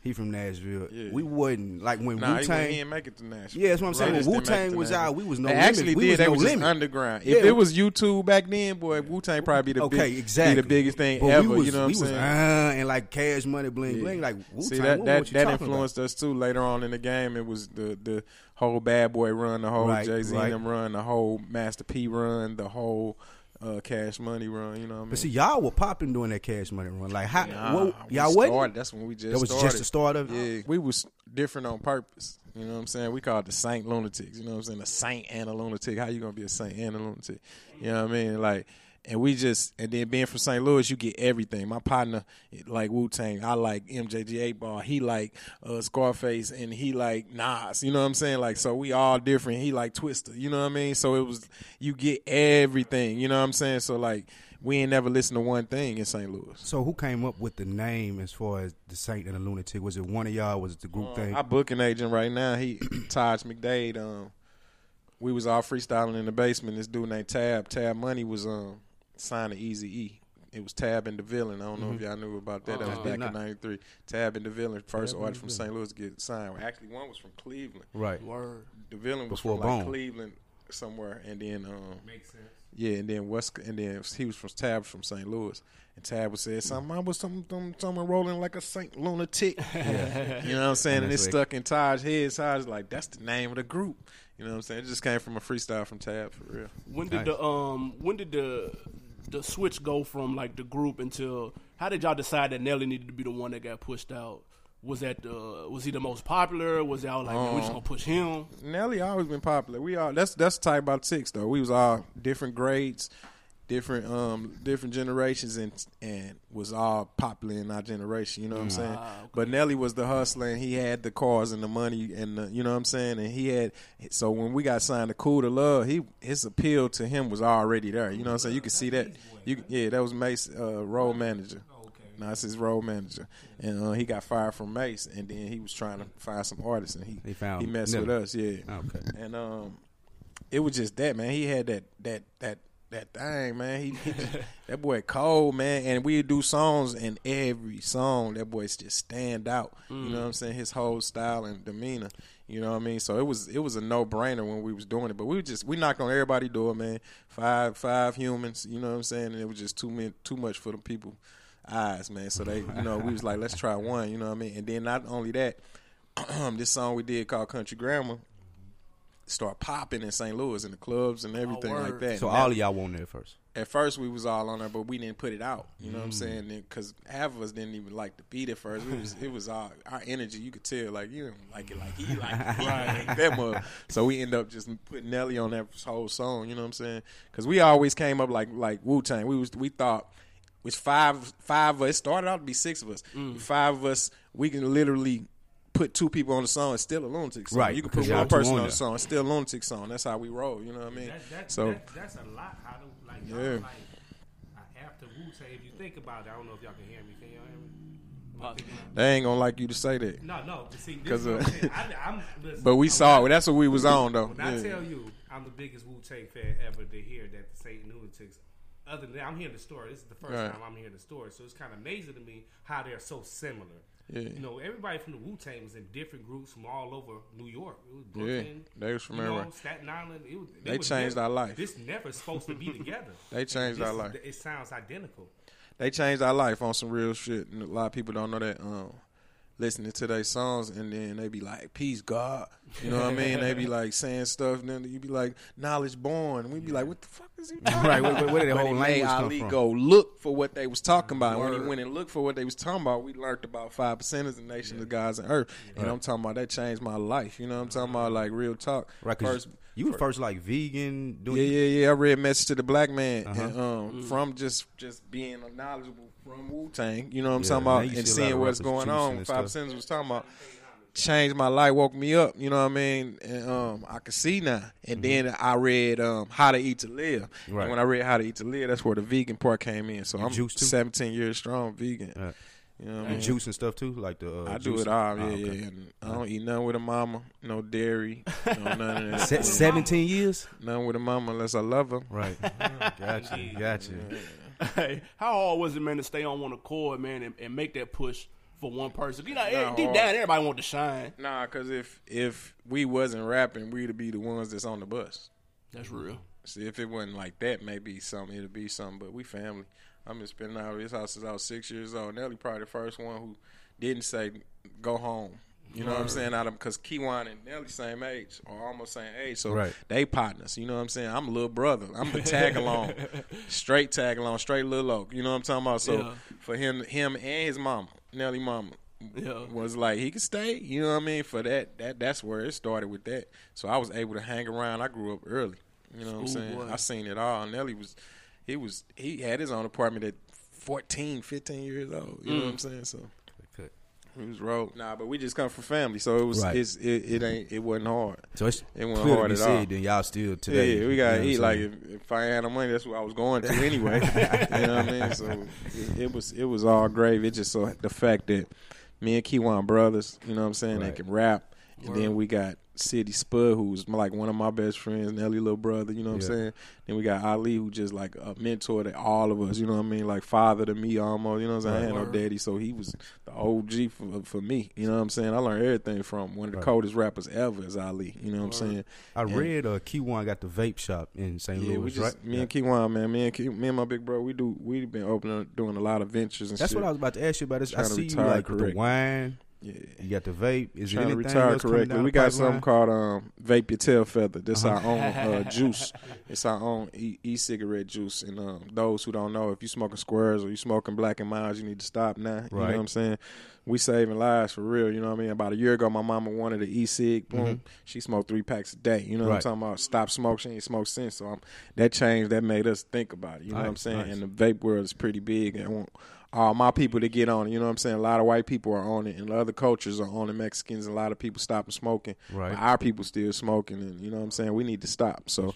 He from Nashville. Yeah. We wasn't like when Wu Nah, he, went- he Tang. didn't make it to Nashville. Yeah, that's what I'm saying. They just When Wu didn't make it Tang to was Nashville. out, we was no They limit. actually We did. was they no was just limit. underground. If Yeah. it was YouTube back then, boy, Wu Tang probably be the okay, big, exactly. be the biggest thing But ever. We was, you know what I'm we was, saying? uh, and like Cash Money, bling Yeah. bling. Like Wu See Tang. that that, you that talking about? influenced us too later on in the game. It was the the whole Bad Boy run, the whole Right, Jay Z right. and them run, the whole Master P run, the whole uh, Cash Money run. You know what I mean? But see, y'all were popping during that Cash Money run. Like, how, Nah, what, we y'all started. wasn't. That's when we just That was started. just the start of it. Yeah, we was different on purpose. You know what I'm saying? We called the Saint Lunatics. You know what I'm saying? A Saint and a lunatic. How you gonna be a Saint and a lunatic? You know what I mean? Like, and we just and then being from St. Louis, you get everything. My partner it like Wu Tang. I like MJG8 Ball. He like uh, Scarface, and he like Nas. You know what I'm saying? Like, so we all different. He like Twister. You know what I mean? So it was you get everything. You know what I'm saying? So like we ain't never listened to one thing in St. Louis. So who came up with the name as far as the Saint and the Lunatic? Was it one of y'all? Was it the group thing? Our booking agent right now, he Taj McDade. Um, we was all freestyling in the basement. This dude named Tab, Tab Money was um signed to Easy E. It was Tab and the Villain. I don't know if y'all knew about that. That was Oh, I did back not. in '93. Tab and the Villain, first artist from St. Louis to get signed. Actually, one was from Cleveland. right. Word. The Villain was Before from like Bone. Cleveland somewhere, and then um, yeah, and then West, and then he was from Tab was from St. Louis, and Tab was said something. I was some some someone rolling like a Saint lunatic. you know what I'm saying? And it That's like- stuck in Taj's head. Taj's like, that's the name of the group. You know what I'm saying? It just came from a freestyle from Tab for real. When did the um when did the the switch go from like the group until how did y'all decide that Nelly needed to be the one that got pushed out? Was that the was he the most popular? Was y'all like man, we just Um, gonna push him? Nelly always been popular. We all that's that's the type about six though. We was all different grades, different um different generations and and was all popular in our generation, you know what I'm saying? But Nelly was the hustler and he had the cars and the money and the, you know what I'm saying? And he had so when we got signed to Cool to Love, he his appeal to him was already there. You know what I'm saying? You could see that. You yeah, that was Mace uh role manager. No, it's his role manager, and uh, he got fired from Mace, and then he was trying to find some artists, and he He found he messed Nelly. with us, yeah. Okay. And um, it was just that man. He had that that that that thing, man. He, he just- that boy cold, man. And we do songs, and every song that boy just stand out. You know what I'm saying? His whole style and demeanor. You know what I mean? So it was it was a no brainer when we was doing it. But we were just we knocked on everybody's door, man. Five five humans. You know what I'm saying? And it was just too many, too much for the people eyes, man. So they, you know, we was like, let's try one, you know what I mean? And then not only that, this song we did called Country Grammar start popping in St. Louis in the clubs and everything like word. that. So And all that- of y'all won there first. at first we was all on there, but we didn't put it out. You know what I'm saying? Because half of us didn't even like the beat at first. We was, it was all our energy. You could tell, like you didn't like it, like he like it, he like that much. So we end up just putting Nelly on that whole song. You know what I'm saying? Because we always came up like like Wu Tang. We was we thought. Which five five of us it started out to be six of us. Five of us, we can literally put two people on the song. It's still a lunatic song. Right, You can because put y'all one two person on on there. the song. It's still a lunatic song. That's how we roll. You know what I mean? That, that, so that, that's a lot. How to like, y'all Yeah. like uh, after Wu Tang. If you think about it, I don't know if y'all can hear me. Can y'all hear me? Am I picking up? they ain't gonna like you to say that. No, no. but See, this 'Cause, is what I'm uh, saying. I, I'm, listen, But we I'm saw not- it. That's what we was on though. When I Yeah. tell you, I'm the biggest Wu Tang fan ever to hear that the Satan Lunatics. Other than that, I'm hearing the story. This is the first Right. time I'm hearing the story, so it's kind of amazing to me how they're so similar. Yeah. You know, everybody from the Wu Tang was in different groups from all over New York. It was Yeah, Brooklyn, they was from you know, everywhere. Staten Island. It was, it They was changed never- our life. This never supposed to be together. They changed This our is- life. It sounds identical. They changed our life on some real shit, and a lot of people don't know that. Um, listening to their songs, and then they be like, "Peace, God," you know what I mean? They be like saying stuff, and then you be like, "Knowledge born." We be like, "What the fuck is he?" Talking Right, where- About? where- where did the But whole he made language come Ali from? go look for what they was talking about. And When Word. he went and looked for what they was talking about, we learned about five percent of the nation of gods and earth. And I'm talking about that changed my life. You know what I'm talking about? Like real talk. Right, because you were first like vegan. Doing, Yeah, yeah, yeah. I read Message to the Black Man and, Uh-huh. um, from just just being knowledgeable from Wu Tang. You know what I'm Yeah, talking now about, you see a and lot seeing of rappers what's going juicing on. and stuff. Five Cents was talking about changed my life, woke me up. You know what I mean? And um, I could see now. And then I read um, How to Eat to Live. Mm-hmm. Right. And when I read How to Eat to Live, that's where the vegan part came in. So I'm juice too? 17 years strong vegan. Yeah. You know what I And mean? juice and stuff too, like the. Uh, I do juice. it all, yeah, Ah, yeah. okay. And I don't eat nothing with a mama, no dairy, no none of that. Se- Seventeen years. Nothing with a mama unless I love her. Right. gotcha. Gotcha. Hey, how hard was it, man, to stay on one accord, man, and, and make that push for one person. You know, Nah, deep hard. down, everybody want to shine. Nah, cause if if we wasn't rapping, we'd be the ones that's on the bus. That's real. See, if it wasn't like that, maybe something it'd be something. But we family. I'm just spending out of his house since I was six years old. Nelly probably the first one who didn't say go home. You know what I'm saying? Out of because Kiwan and Nelly same age or almost same age, so Right. they partners. You know what I'm saying? I'm a little brother. I'm the tag along, straight tag along, straight little oak. You know what I'm talking about? So Yeah. for him, him and his mama, Nelly mama, Yeah. was like he could stay. You know what I mean? For that, that that's where it started with that. So I was able to hang around. I grew up early. You know what I'm School saying? boy. I seen it all. Nelly was, he was, he had his own apartment at 14, 15 years old. You know what I'm saying? So he was rolled. Nah, but we just come from family, so it was. Right. It's, it, it ain't. It wasn't hard. So it's It wasn't clear to hard be at said, all. Then y'all still Yeah, today. yeah, we you gotta know what eat. I'm Like saying? if, if I had no money, that's what I was going to anyway. you know what I mean? So it, it was it was all grave. It just so the fact that me and Kiwan brothers, you know what I'm saying, Right. they can rap. And then we got City Spud, who's my- like one of my best friends, Nelly little brother, you know what Yeah. I'm saying? Then we got Ali who just like a mentor to all of us, you know what I mean? Like father to me almost, you know what I'm saying? I had no Word. daddy, so he was the OG for, for me, you know what I'm saying? I learned everything from one of the coldest rappers ever is Ali, you know what I'm saying? I And- read uh, Keywan got the vape shop in St. yeah, we Louis, just right? me and Kiwan, man, me and Key, me and my big bro, we do we been opening doing a lot of ventures and That's shit. what I was about to ask you about. This I Trying to see you retire like with correctly. the wine. yeah. You got the vape. Is it Trying to anything retire else coming correctly. down We the got pipeline? Uh-huh. something called um, vape your tail feather. That's our own uh, juice. It's our own e- e-cigarette juice. And um, those who don't know, if you smoking squares or you smoking black and miles, you need to stop now. You know Right. what I'm saying? We saving lives for real. You know what I mean? About a year ago, my mama wanted an e-cig. Boom, she smoked three packs a day. You know Mm-hmm. Right. what I'm talking about? Stop smoking. She ain't smoked since. So um, that changed. That made us think about it. You know what I'm Nice, saying? nice. And the vape world is pretty big. and I want all my people to get on it. You know what I'm saying? A lot of white people are on it, and other cultures are on it. Mexicans, a lot of people stopping smoking. Right. But our people still smoking, and you know what I'm saying? We need to stop. So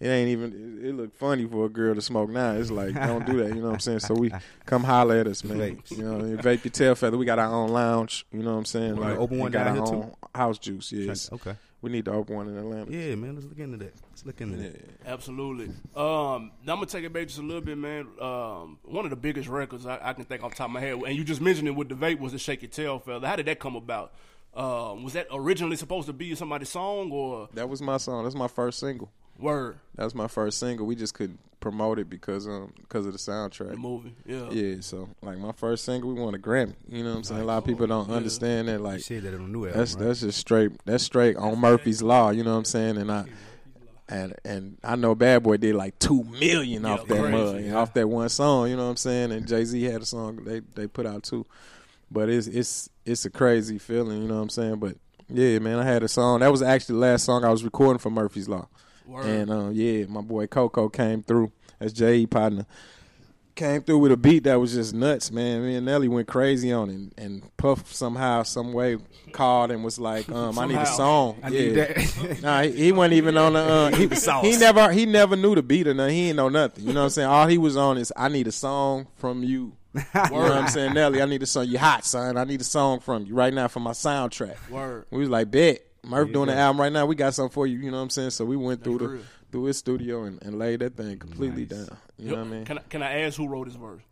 it ain't even, it, it look funny for a girl to smoke now. It's like, don't do that. You know what I'm saying? So we come holler at us, man. Vapes. You know, what I mean? vape your tail feather. We got our own lounge. You know what I'm saying? We're gonna open we one got down our here, too? own house juice. Yes. Okay. We need to open one in Atlanta. Yeah, man. Let's look into that. Let's look into that. Absolutely. Um, now I'm gonna take it back just a little bit, man. Um, one of the biggest records I, I can think off the top of my head, and you just mentioned it with the vape was the Shake Your Tail Fella. How did that come about? Um, was that originally supposed to be somebody's song or That was my song. That's my first single. word That was my first single. We just couldn't promote it because um because of the soundtrack. the movie? Yeah. Yeah, so like my first single, we won a Grammy. You know what I'm saying? A lot of people don't understand that. Like Said that on the new album. that's right? that's just straight. That's straight on Murphy's Law. You know what I'm saying? And I and and I know Bad Boy did like two million off that crazy, mug, and off that one song. You know what I'm saying? And Jay Z had a song they they put out too. But it's it's it's a crazy feeling. You know what I'm saying? But yeah, man, I had a song that was actually the last song I was recording for Murphy's Law. Word. And uh, yeah, my boy Coco came through as J.E. partner. Came through with a beat that was just nuts, man. Me and Nelly went crazy on it, and, and Puff somehow, some way, called and was like, um, "I need Somehow. a song." I need Yeah. that. Nah, he, he wasn't even on the. Uh, he, Sauce. he never he never knew the beat or nothing. He didn't know nothing. You know what I'm saying? All he was on is I need a song from you. You know what I'm saying, Nelly? I need a song. You hot, son. I need a song from you right now for my soundtrack. Word. We was like, bet. Murph doing the album right now. We got something for you. You know what I'm saying? So we went through real. the through his studio and, and laid that thing completely down. You know what I mean? Can I, can I ask who wrote this verse?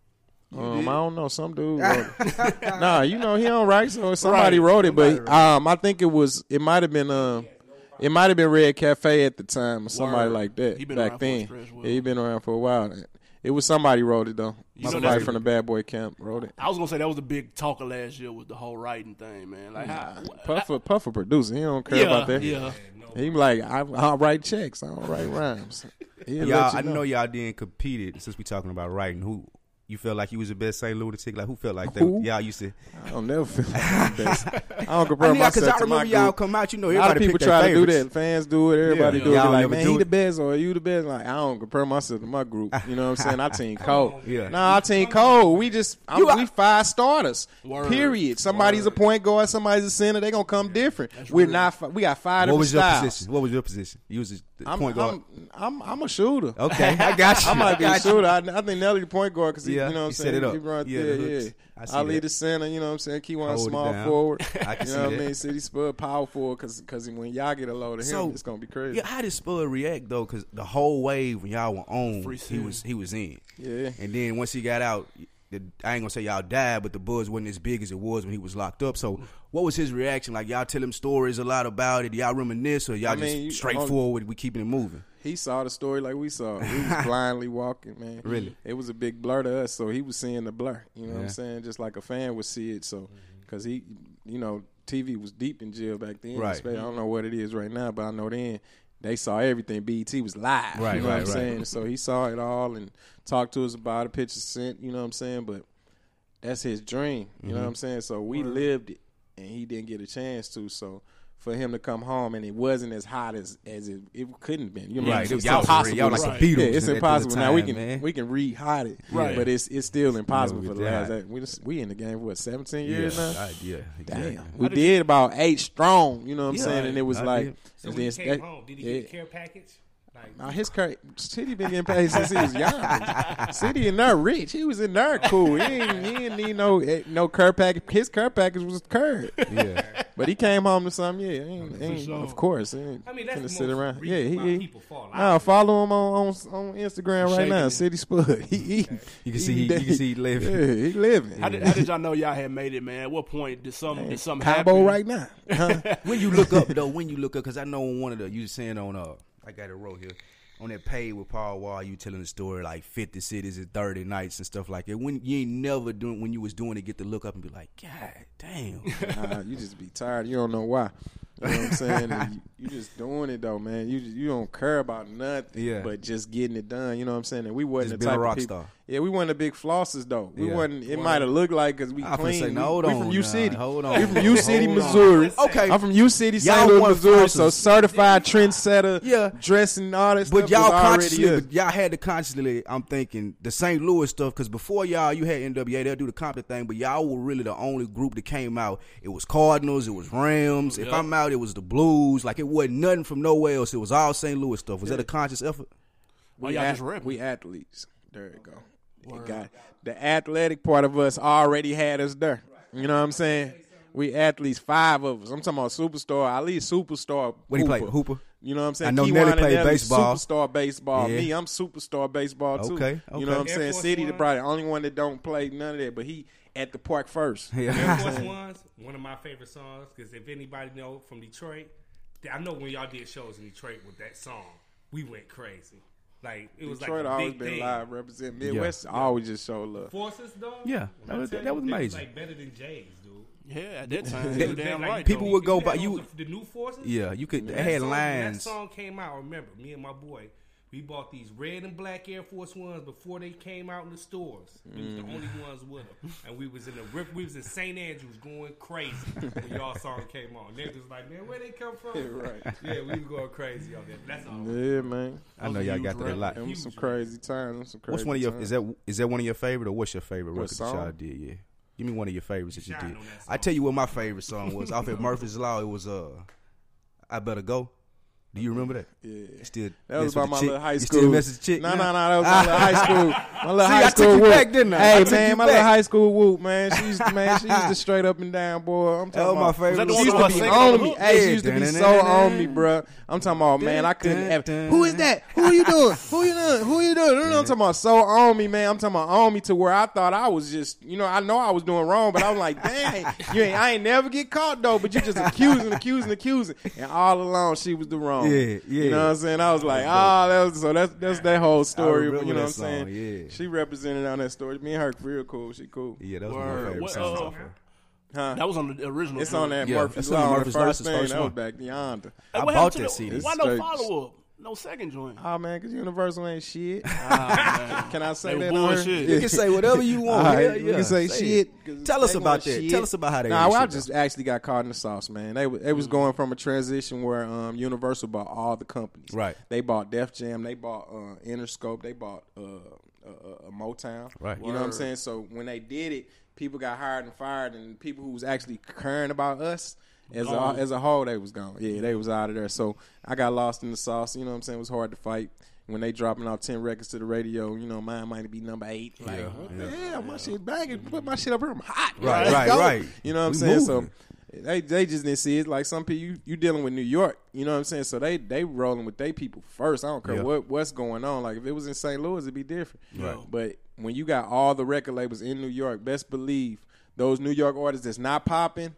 Um, I don't know. Some dude. Wrote it. nah, you know he don't write, so somebody Right. wrote it. But um, I think it was. It might have been. Um, it might have been Red Cafe at the time, or somebody Word. like that. He been around back for a then. stretch, Will. yeah, he been around for a while. It was somebody wrote it though. know somebody that's- from the Bad Boy camp wrote it. I was gonna say that was the big talker last year with the whole writing thing, man. Like, how, Puffer, Puffer producer. He don't care yeah, about that. yeah. He be like, I, I'll write checks. I don't write rhymes. He'll y'all, let you I know y'all didn't compete it since we talking about writing. Who you felt like you was the best St. Lunatic? Like who felt like that? Who? Y'all used to. I don't never feel like I'm the best. I don't compare I mean, because myself I to my remember y'all group. come out. You know, a lot everybody of people picked try their to do favorites. that. Fans do it. Everybody Yeah. do it. Y'all Be like, never man, do he it. the best or you the best. Like, I don't compare myself to my group. You know what I'm saying? I team cold. Yeah. Nah, I team cold. We just I'm, You are- we five starters. Word. Period. Somebody's a point guard. Somebody's a center. They gonna come different. We're not. fi- We got five What different was your styles. position? What was your position? You was the I'm, point guard. I'm, I'm I'm a shooter. okay, I got you. I might be a got you. shooter. I, I think Nelly the point guard because Yeah, you know what he I'm set saying. it up. He run, Yeah, yeah, the yeah. hooks. I see I, lead that. the center. You know what I'm saying. Keywan Hold it small down. forward. I can you see know what that. I mean. City Spud power forward because when y'all get a load of him, So- it's gonna be crazy. Yeah, how did Spud react though? Because the whole wave when y'all were on, Free he was Sid. he was in. Yeah. and then once he got out, the, I ain't gonna say y'all died, but the buzz wasn't as big as it was when he was locked up. So, what was his reaction? Like y'all tell him stories a lot about it. Y'all reminisce, or y'all I mean, you- just straightforward? We keeping it moving. He saw the story like we saw. it. We was blindly walking, man. Really? It was a big blur to us, so he was seeing the blur. You know what I'm saying? Just like a fan would see it. So, Mm-hmm. because he, you know, TV was deep in jail back then. Right. especially- I don't know what it is right now, but I know then they saw everything. BET was live. Right, You know right, what I'm right. saying? So he saw it all and talked to us about it, pictures sent. You know what I'm saying? But that's his dream. Mm-hmm. You know what I'm saying? So we lived it, and he didn't get a chance to. So for him to come home and it wasn't as hot as as it, it couldn't have been. You know, Right, it's it was- y'all was impossible. real- y'all like the Right. Beatles Yeah, at it's the impossible. now we time, can man. we can re-hot it, Right. but it's it's still impossible Never for the get last. that. eight- We just, we in the game for what 17 years now. I- yeah, exactly. Damn, we did, about eight strong. You know what I'm Yeah. saying? And it was I like, did. So and when he then came that- home, did he yeah. get a care package? Like, Now his crazy City been getting paid since he was young. City in there rich. He was in there cool. He ain't, he ain't need no eh, no cur package. His cur package was curd. Yeah. But he came home to something. Yeah, ain't, ain't, sure. of course. he Ain't I mean, that's finna the sit most around. Yeah, reason he. why he people fall out. Nah, follow him on on, on Instagram right Shaking now. it. City Spud. He, he, You can see he- you can see he living. Yeah, he living. How did, how did y'all know y'all had made it, man? At what point did something did something Cabo happen? right now. Huh? when you look up though, when you look up, because I know on one of the you was saying on uh, I got it wrote here on that page with Paul Wall, you telling the story like fifty cities and thirty nights and stuff like that. When you ain't never doing when you was doing it, get to look up and be like, God damn, Nah, you just be tired. You don't know why. You know what I'm saying? And you, you just doing it though, man. You you don't care about nothing, Yeah. but just getting it done. You know what I'm saying? And we Just wasn't the been a type rock of people. star. Yeah, we wasn't the big flossers though. We Yeah. wasn't. It might have looked like because we I finna clean. say, we, no, hold we on from U now. City. Hold We on. from U City, Hold on. Missouri. Okay. I'm from U City, Y'all St. Louis, want Missouri. So flossers. certified trendsetter. Yeah. dressing all that But stuff y'all was already consciously, us. but y'all had to consciously. I'm thinking the St. Louis stuff because before y'all, you had NWA. They'll do the Compton thing, but y'all were really the only group that came out. It was Cardinals, it was Rams. If I'm out, it was the Blues. Like it wasn't nothing from nowhere else. It was all St. Louis stuff. Was that a conscious effort? Oh, y'all at- just repping. we athletes. There you go. It got the athletic part of us already had us there. You know what I'm saying? We athletes, five of us. I'm talking about superstar, at least superstar. What he Hooper. play, Hooper? You know what I'm saying? I know Keywan Nelly and played baseball. Superstar baseball. Yeah. Me, I'm superstar baseball too. Okay, You know okay. what I'm Air saying? Force City, the One. probably the only one that don't play none of that, but he at the park first. Air Force Ones, one of my favorite songs. Because if anybody know from Detroit, th- I know when y'all did shows in Detroit with that song, we went crazy. Like it was Detroit like a always big been thing. live, represent Midwest. I always just show love. Forces, dog. Yeah, when that I was- tell that was they amazing. Like better than Jay's, dude. Yeah, at that time, They- you damn Like, right. people though. would go put that by- you on would- the, the new forces. Yeah, you could. They That had song- lines. That song came out. I remember me and my boy. We bought these red and black Air Force Ones before they came out in the stores. We was the Mm. only ones with them, and we was in the rip. We was in St. Andrews going crazy when y'all song came on. Niggas was like, man, where they come from? Right. Mm. Yeah, we was going crazy on that. That's all. Yeah, man. I know y'all got that a lot. Them some Huge. crazy times. Them some crazy What's one of your? times. Is that is that one of your favorite, or what's your favorite record that song? y'all did? Yeah, give me one of your favorites that you Shine did. on that I song. tell you what my favorite song was. off at Murphy's Law, it was uh, I better go. Do you remember that? Yeah. Still That mess with was about the my chick? little high You school. still message chick? No, now? no, no. That was my little high school. My little See, I high took school you whoop. back, didn't I? I Hey, took you man, my little back. high school whoop, man. She's man, she used to straight up and down, boy. I'm That was talking my about. favorite. that the She one who used to was be singing on on me. the Hey, she used to be so on me, bruh. I'm talking about, man. I couldn't ever. Who is that? Who you doing? Who you doing? Who you doing? No, no, I'm talking about so on me, man. I'm talking about on me to where I thought I was just, you know, I know I was doing wrong, but I'm like, dang, you ain't, I ain't never get caught though. But you just accusing, accusing, accusing, and all along she was the wrong. Yeah, You know yeah. what I'm saying? I was like, ah, that was, so that's that's that whole story. You know remember what that I'm song, saying? yeah. She represented on that story. Me and her real cool. She cool. Yeah, that was my Word. favorite What, song. uh, off of- That was on the original. It's on that Yeah, Murphy's it's on the Law. the Murphy's Law, first it's the thing first that was one. back yonder. Hey, I what happened bought to that the- CD. Why Straight- no follow up? No second joint. Oh man, because Universal ain't shit. Ah, Can I say They that? on bullshit. here? You You can say whatever you want. All right, Hell you yeah, can say, shit. it. 'cause Tell us they about want that. shit. Tell us about how they. Nah, want well, I shit, Mm. just though. actually got caught in the sauce, man. They were- they was going from a transition where um, Universal bought all the companies. Right. They bought Def Jam. They bought uh, Interscope. They bought uh, uh, uh, Motown. Right. You know what I'm saying? So when they did it, people got hired and fired, and people who was actually caring about us. As a, as a whole, they was gone. Yeah, they was out of there. So I got lost in the sauce. You know what I'm saying? It was hard to fight when they dropping out ten records to the radio. You know, mine might be number eight. Like, what the hell? My shit banging. Put my shit up here. I'm hot. Right, Let's right, go. right. You know what I'm We saying? moving. So They they just didn't see it. Like some people, you, you dealing with New York, you know what I'm saying? So they they rolling with they people first. I don't care Yeah. what what's going on. Like if it was in St. Louis, it'd be different. Right. But when you got all the record labels in New York, best believe those New York artists that's not popping,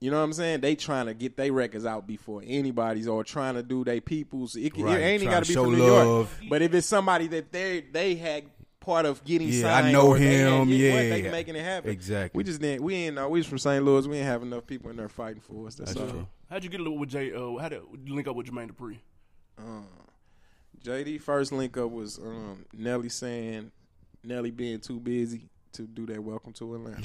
you know what I'm saying? They trying to get their records out before anybody's or trying to do they people's. It, can- Right, it ain't trying got to to be show from New love. York. But if it's somebody that they they had part of getting Yeah, I signed, know or they had him, get what, yeah, they yeah. making it happen. Exactly. We just didn't. We ain't know. We was from St. Louis. We ain't have enough people in there fighting for us. That's, all. How'd you get a little with Jay? Uh, how'd you link up with Jermaine Dupri? JD first link up was um, Nelly saying Nelly being too busy to do that. Welcome to Atlanta,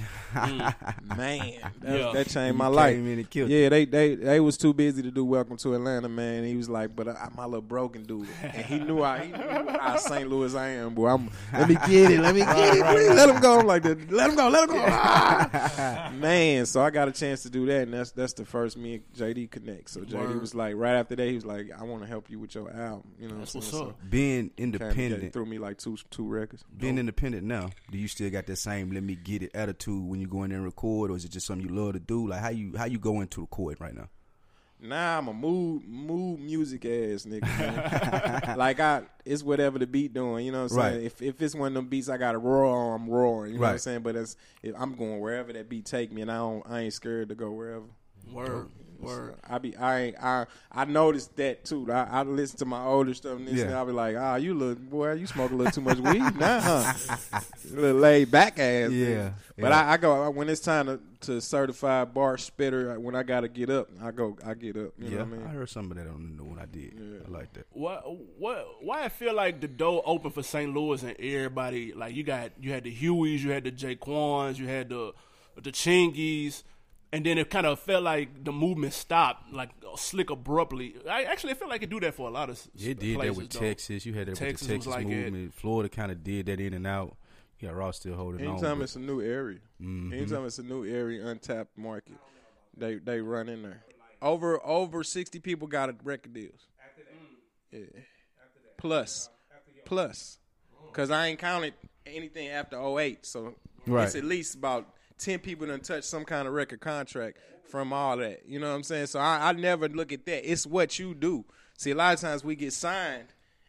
man. That, Yeah. that changed my Mm. You life. came in and killed yeah, they they they was too busy to do Welcome to Atlanta, man. He was like, but I, my little broken dude, and he knew I he knew how St. Louis I am, boy. I'm let me get it, let me get it, boy. let him go. I'm like that, let him go, let him go, Ah! man. So I got a chance to do that, and that's that's the first me and JD connect. So JD Word. was like, right after that, he was like, I want to help you with your album. You know, what I'm That's what's saying? up. So- Being Kinda gave- independent, Threw me like two two records. being independent now, do you still got that same "let me get it" attitude when you go in there and record, or is it just something you love to do? Like how you how you go into recording right now? Nah, I'm a mood mood music ass nigga. man. like I, it's whatever the beat doing. You know what I'm saying? Right. If if it's one of them beats I got to roar, on, I'm roaring. You know what I'm Right. saying? But it's if I'm going wherever that beat take me, and I don't, I ain't scared to go wherever. Word, word. I be I ain't I I noticed that too. I, I listen to my older stuff and this Yeah. and I be like, ah, you look boy, you smoke a little too much weed, nah, huh? You little laid back ass. Yeah, nigga. But yeah. I, I go I, when it's time to, to certify bar spitter. When I gotta get up, I go I get up. You know yeah, what I mean? I heard some of that on the new one. I did. I like that. What what why I feel like the door open for St. Louis and everybody like you got you had the Hueys, you had the Jaquans, you had the the Chingies, and then it kind of felt like the movement stopped like slick abruptly. I actually feel like it do that for a lot of s- It did that places, with though. Texas. You had that Texas was with the Texas like it. movement. Florida kind of did that in and out. Yeah, Ross still holding on. Anytime but- it's a new area, Mm-hmm. anytime it's a new area, untapped market, they they run in there. Over over sixty people got record deals. Yeah. Plus, plus, because I ain't counted anything after 08. so Right. it's at least about ten people done touch some kind of record contract from all that. You know what I'm saying? So I, I never look at that. It's what you do. See, a lot of times we get signed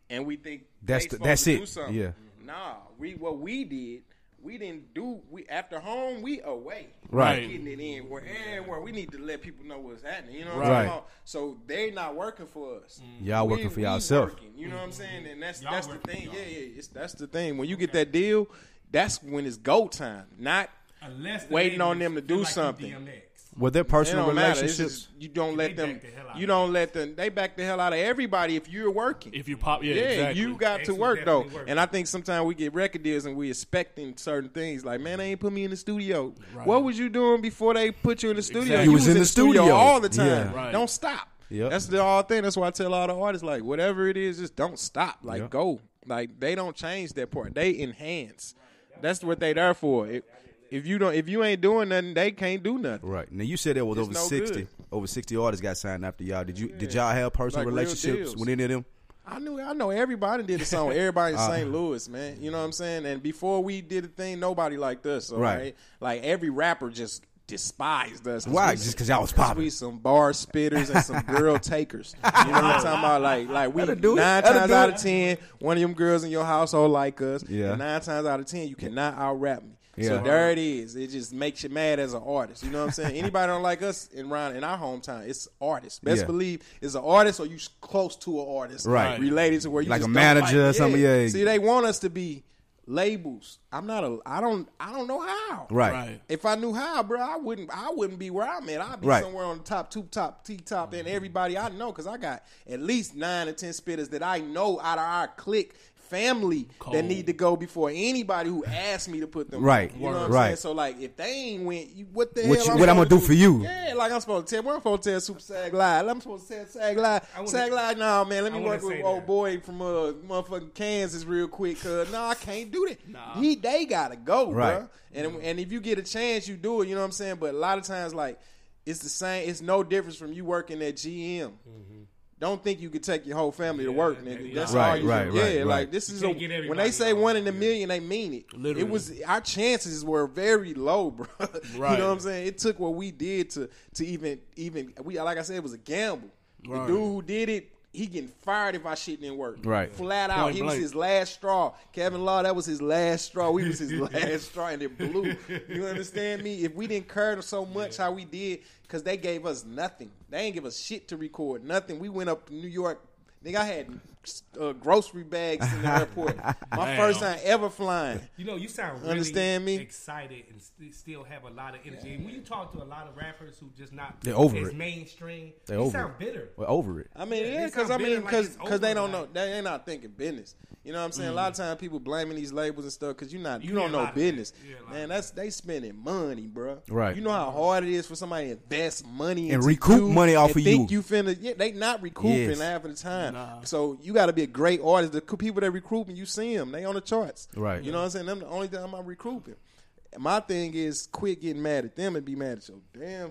and we think That's they the- supposed that's to it. do something. Yeah. Mm-hmm. Nah, we what we did, we didn't do. We after home, we away. Right. We getting it in where everywhere we need to let people know what's happening. You know what Right. Mm-hmm. I'm saying? So they not working for us. Y'all We- working for we yourself. working, you know what I'm saying? And that's Mm-hmm. Y'all that's the working for thing. y'all. Yeah, yeah. It's that's the thing. When you get that deal, that's when it's go time. Not Unless the waiting on neighbors them to feel do like you something. DMX. Were there it personal don't matter. It's relationships? just, you don't let They them. back the hell out you of don't let them. They back the hell out of everybody if you're working. If you pop, yeah, Yeah, exactly. you got to Actually work though, definitely work. and I think sometimes we get record deals and we expecting certain things. Like, man, they ain't put me in the studio. What was you doing before they put you in the studio? Exactly. You was in the studio. all the time. Yeah. Right. Don't stop. Yep. That's the whole thing. That's why I tell all the artists, like, whatever it is, just don't stop. Like, Yep. go. Like, they don't change that part. They enhance. That's what they there for. If, if you don't, if you ain't doing nothing, they can't do nothing. Right now, you said there was It's over no sixty, good. over sixty artists got signed after y'all. Did you? Did y'all have personal Like real relationships deals. with any of them? I knew I know everybody did a song. with Everybody in Uh-huh. St. Louis, man. You know what I'm saying? And before we did a thing, nobody liked us. all Right. right? Like every rapper just despised us. 'cause Why? we- Just 'cause y'all was 'cause popping. We some bar spitters and some girl takers. You know what I'm talking about? Like like we That'll do it. nine That'll times do out it. of ten, one of them girls in your household like us. Yeah. And nine times out of ten, you cannot out rap me. So Yeah. there it is. It just makes you mad as an artist. You know what I'm saying? Anybody don't like us in around in our hometown, it's artists. Best Yeah. believe it's an artist or you s- close to an artist Right. related to where you Like just a don't like- manager or something, yeah. See, they want us to be labels. I'm not a. I don't. I don't know how. Right. right. If I knew how, bro, I wouldn't. I wouldn't be where I'm at. I'd be Right. somewhere on the top two, top T top, and everybody I know because I got at least nine or ten spitters that I know out of our clique family Cold. that need to go before anybody who asked me to put them. Right. You know what I'm Right. saying? So like, if they ain't went, you, what the What hell? you- what I'm gonna supposed do to for you? Yeah, like I'm supposed to tell. What I'm supposed to tell Super Sag Live? I'm supposed to tell Sag Live. I wanna- Sag Live, nah, man. Let me I wanna work with say old that. boy from uh motherfucking Kansas real quick. Cause no, I can't do that. He they gotta go, Right. bro. And and if you get a chance, you do it. You know what I'm saying? But a lot of times, like it's the same. It's no difference from you working at GM. Don't think you could take your whole family to work, Mm-hmm. Yeah, nigga. yeah. That's Right, all you right, can- Yeah, right, right. like this is a, can't when get they everybody say on. one in a million, they mean it. Literally. It was our chances were very low, bro. Right. You know what I'm saying? It took what we did to to even even we like I said, it was a gamble. Right. The dude who did it, he getting fired if our shit didn't work. Right. Flat out. Point he was blank. his last straw. Kevin Law, that was his last straw. We was his last straw and it blew. You understand me? If we didn't curb so much how we did, because they gave us nothing. They ain't give us shit to record. Nothing. We went up to New York. Nigga, I had uh, grocery bags in the airport. My Damn. first time ever flying. You know, you sound really Understand me? excited and st- still have a lot of energy. And When you talk to a lot of rappers who just not They're over as it. mainstream, They they, over sound it. bitter. We're over it. I mean, Yeah, yeah, they because sound I mean, bitter like because it's they over, don't know, like- they ain't not thinking business. You know what I'm saying? A lot of time people blaming these labels and stuff because you not, you, You hear don't a know lot of that. business. You hear a lot Man, of that's they spending money, bruh. Right. You know how hard it is for somebody to invest money And into recoup you money off and of think you. You finna, yeah, they not recouping Yes. half of the time. So you got to be a great artist. The people that recruiting, you see them, they on the charts. Right. You know what I'm saying? Them the only time I'm recruiting. My thing is quit getting mad at them and be mad at your damn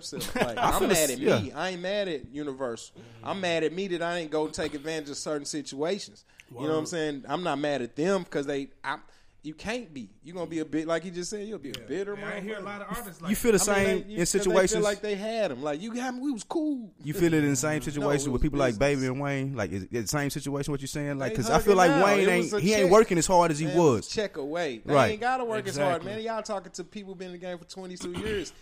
self. Like I'm mad at me. Yeah. I ain't mad at Universal. Mm-hmm. I'm mad at me that I ain't go take advantage of certain situations. You know what I'm saying? I'm not mad at them because they. I, you can't be. You gonna be a bit like you just said. You'll be a bitter Man, I man. hear a lot of artists like You feel the I same mean, they- you- in 'cause they feel situations. like they had them. Like you got me. We was cool. you feel it in the same situations it with was people like business. Baby and Wayne. Like is it the same situation. What you saying? Like They because I feel hugging like now. Wayne It was ain't a he ain't check. working as hard as he Man, was. Check away. They Right. ain't gotta work as hard, Exactly. man. Y'all talking to people been in the game for 22 years. Mm-hmm.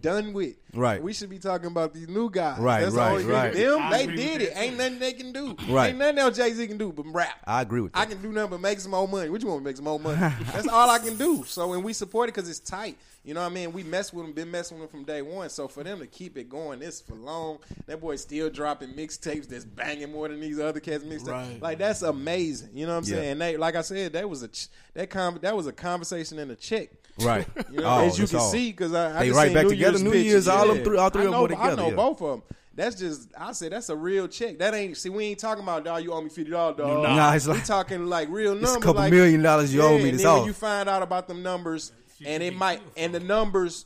Done with. Right. We should be talking about these new guys. Right, That's right, all you- right. Them, I they agree did with it. that, Ain't nothing they can do. Right. Ain't nothing else Jay Z can do but rap. I agree with that. I can do nothing but make some more money. What you want to make some more money? That's all I can do. So and we support it because it's tight. You know what I mean? We mess with them, been messing with them from day one. So for them to keep it going, this for long. That boy still dropping mixtapes that's banging more than these other cats mixtapes. Right. Like that's amazing. You know what I'm Yeah. saying? And they, like I said, that was a ch- that com- that was a conversation and a check. Right. You know, Oh, as you that's can all. see, because I, I They just right seen back New together, Year's New pictures. Year's, all them Yeah. three- all three I of them know, were I together, know yeah. both of them. That's just, I said, that's a real check. That ain't. See, we ain't talking about, dog. You owe me fifty dollars, dog. Nah. Nah, it's we like- talking like real numbers. a couple like, million dollars you yeah, owe me, And that's then when all. you find out about them numbers, and it might, and the numbers.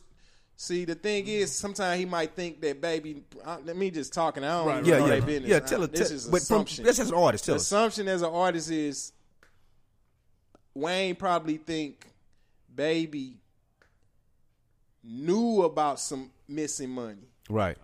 See, the thing is, sometimes he might think that, baby, I, let me just talking. I don't Right, even yeah, know yeah, their business. yeah. I- Tell it. this tell- is But from assumption. that's as an artist. Tell The us. assumption as an artist is Wayne probably think Baby knew about some missing money. Right.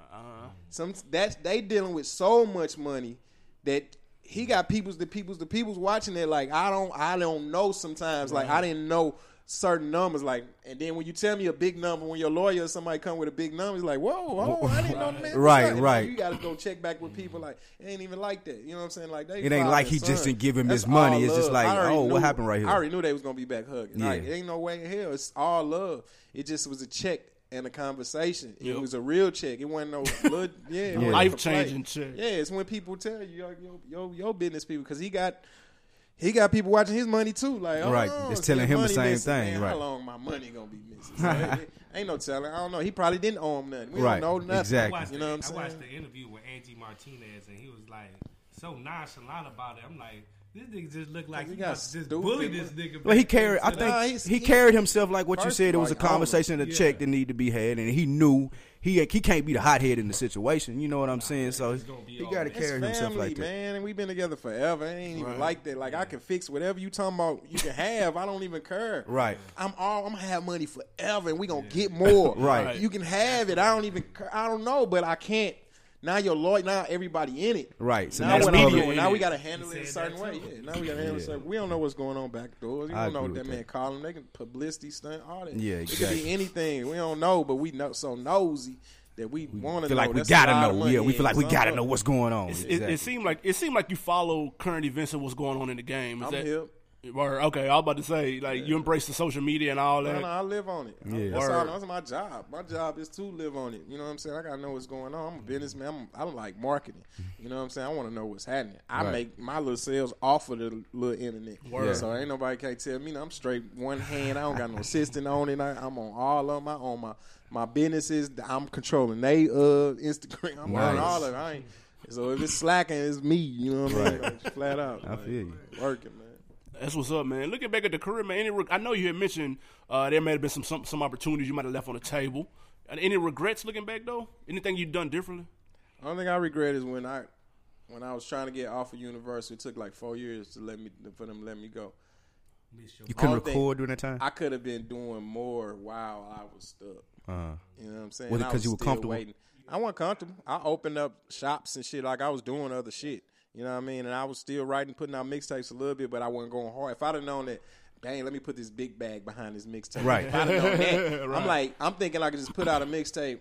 Some that's they dealing with so much money that he got people's the people's the people's watching it like I don't I don't know sometimes like I didn't know certain numbers like and then when you tell me a big number when your lawyer or somebody come with a big number it's like whoa, oh, I didn't know the man was Right, right right. you gotta go check back with people like it ain't even like that you know what I'm saying like they It ain't father like he and just son. didn't give him That's his money. all It's just love. like, I already oh, what knew- happened right here? I already knew they was gonna be back hugging like Yeah. it ain't no way in hell it's all love it just was a check and a conversation it Yep. was a real check it wasn't no blood yeah, it wasn't Life-changing for play. check. yeah it's when people tell you your your, your, your business people because he got he got people watching his money too like oh, Right. It's his telling him the money same missing. thing, Man, right. how long my money gonna be missing So, it- ain't no telling I don't know he probably didn't owe him nothing we Right. don't know nothing I Exactly. watched, you the, know I what I'm watched saying the interview with Angie Martinez, and he was like so nonchalant about it. I'm like, this nigga just looked like He he got about to just stupid, bully man. this nigga. Well, he back there carried. I to think Nah, he, he's- he- carried himself like what you First said. It of was a all, he conversation and a owned it. check that needed to be had, and he knew he he can't be the hothead in the situation. You know what I'm saying? So gonna be he all got to that. It's carry himself family, like that. man, and we've been together forever. It ain't even like that. Like I can fix whatever you talking about. You can have. I don't even care. Right. I'm all. I'm gonna have money forever, and we gonna get more. Right. You can have it. I don't even. care. I don't know, but I can't. Now your lawyer. Now everybody in it. Right. So now that's what I'm another- doing. Now we He gotta handle it said a certain that way. too. Yeah. Now we gotta handle it. a Yeah. certain- We don't know what's going on back doors. You I don't know agree what that with man that. call them. They can publicity stunt all that. Yeah, It could exactly. be anything. We don't know, but we know so nosy. That we, want to Feel like we That's a gotta lot of know. money. Yeah, we feel like we Something gotta up. know what's going on. It, it, Exactly. it seemed like it seemed like you follow current events and what's going on in the game. Is I'm that, hip. Word. Okay, I was about to say like you embrace the social media and all No, that. no, I live on it. uh, Yeah. That's, all, Word. that's my job. My job is to live on it. You know what I'm saying? I gotta know what's going on. I'm a Mm-hmm. businessman. I'm, I don't like marketing. You know what I'm saying? I want to know what's happening. I Right. make my little sales off of the little internet. Yeah. So ain't nobody can tell me. no, I'm straight one hand. I don't got no assistant on it. I, I'm on all of them. I own my my businesses. I'm controlling they uh Instagram. I'm on Nice. all of it. I ain't, so if it's slacking, it's me. You know what I mean? Like, Flat out. I feel you. Working, man. That's what's up, man. Looking back at the career, man. Any reg- I know you had mentioned uh, there may have been some, some some opportunities you might have left on the table. And any regrets looking back though? Anything you've done differently? Only thing I regret is when I when I was trying to get off of Universal, it took like four years to let me for them to let me go. Miss your You couldn't All thing- record during that time. I could have been doing more while I was stuck. uh, You know what I'm saying? Was it I 'cause you were still comfortable? I wasn't comfortable. I opened up shops and shit like I was doing other shit. You know what I mean? And I was still writing, putting out mixtapes a little bit, but I wasn't going hard. If I'd have known that, dang, let me put this big bag behind this mixtape. Right. If I'd have known that, I'm like, I'm thinking I could just put out a mixtape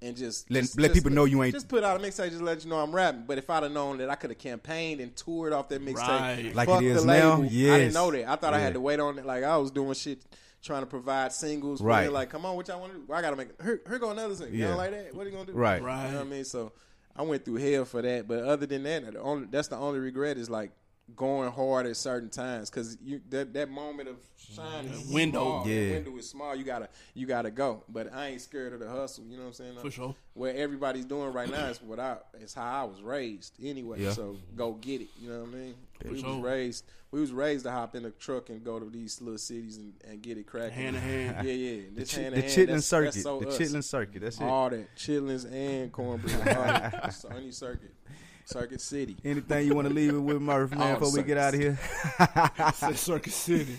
and just Let- just- let just people know you ain't- Just put out a mixtape, just let you know I'm rapping. But if I'd have known that, I could have campaigned and toured off that mixtape. Right. Like Fuck it is the now? label. I Yes. didn't know that. I thought I Yeah. had to wait on it. Like I was doing shit, trying to provide singles. Right. Right. Like like, come on, what y'all want to do? I gotta make here, here go another thing. Yeah. Y'all like that? What are you gonna do? Right. Right. You know what I mean? So I went through hell for that. But other than that, the only, that's the only regret is like going hard at certain times because you that, that moment of shine is window. Small. That Yeah. window is small. You gotta you gotta go. But I ain't scared of the hustle. You know what I'm saying? For sure. What everybody's doing right now is what I is how I was raised anyway. Yeah. So go get it. You know what I mean? we sure. was raised we was raised to hop in a truck and go to these little cities and, and get it cracking. Hand in hand. Yeah, yeah. the, This chi- hand the in hand, Chitlin that's- Circuit, that's so the us. Chitlin Circuit. That's it. All that chitlins and cornbread. All that. It's the only circuit, Circuit City. Anything you want to leave it with, Murph, man, All before we get circus. out of here? Circus City.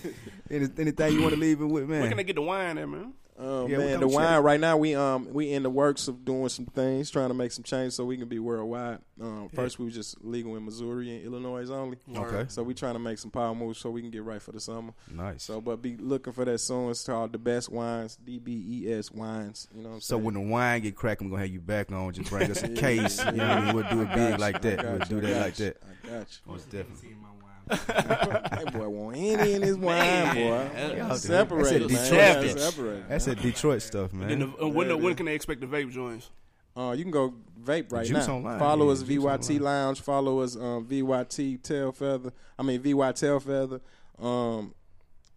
Any- Anything you want to leave it with, Where can I man? get the wine at, man? Um, Yeah, we man, come the check wine it. right now we um we in the works of doing some things, trying to make some change so we can be worldwide. Um, first we was just legal in Missouri and Illinois only. Okay. So we trying to make some power moves so we can get right for the summer. Nice. So, but be looking for that soon. It's called the best wines, D B E S wines. You know what I'm So saying? when the wine get cracking, we're gonna have you back on. Just bring us a case. You know what I mean? We'll do it Got big you, I like that. got We'll you, do I that got like you, that. I got you. Most definitely. in my wine. that boy want any in his wine, boy. that's- that's a Separated, man. Detroit. Yeah, Separated. That's that Detroit stuff, And man. the, uh, when, the, when can they expect the vape joints? Uh, you can go vape right Juice now. online, Follow yeah, us Juice VYT online. Lounge. Follow us um, VYT Tail Feather. I mean VY Tail Feather. Um,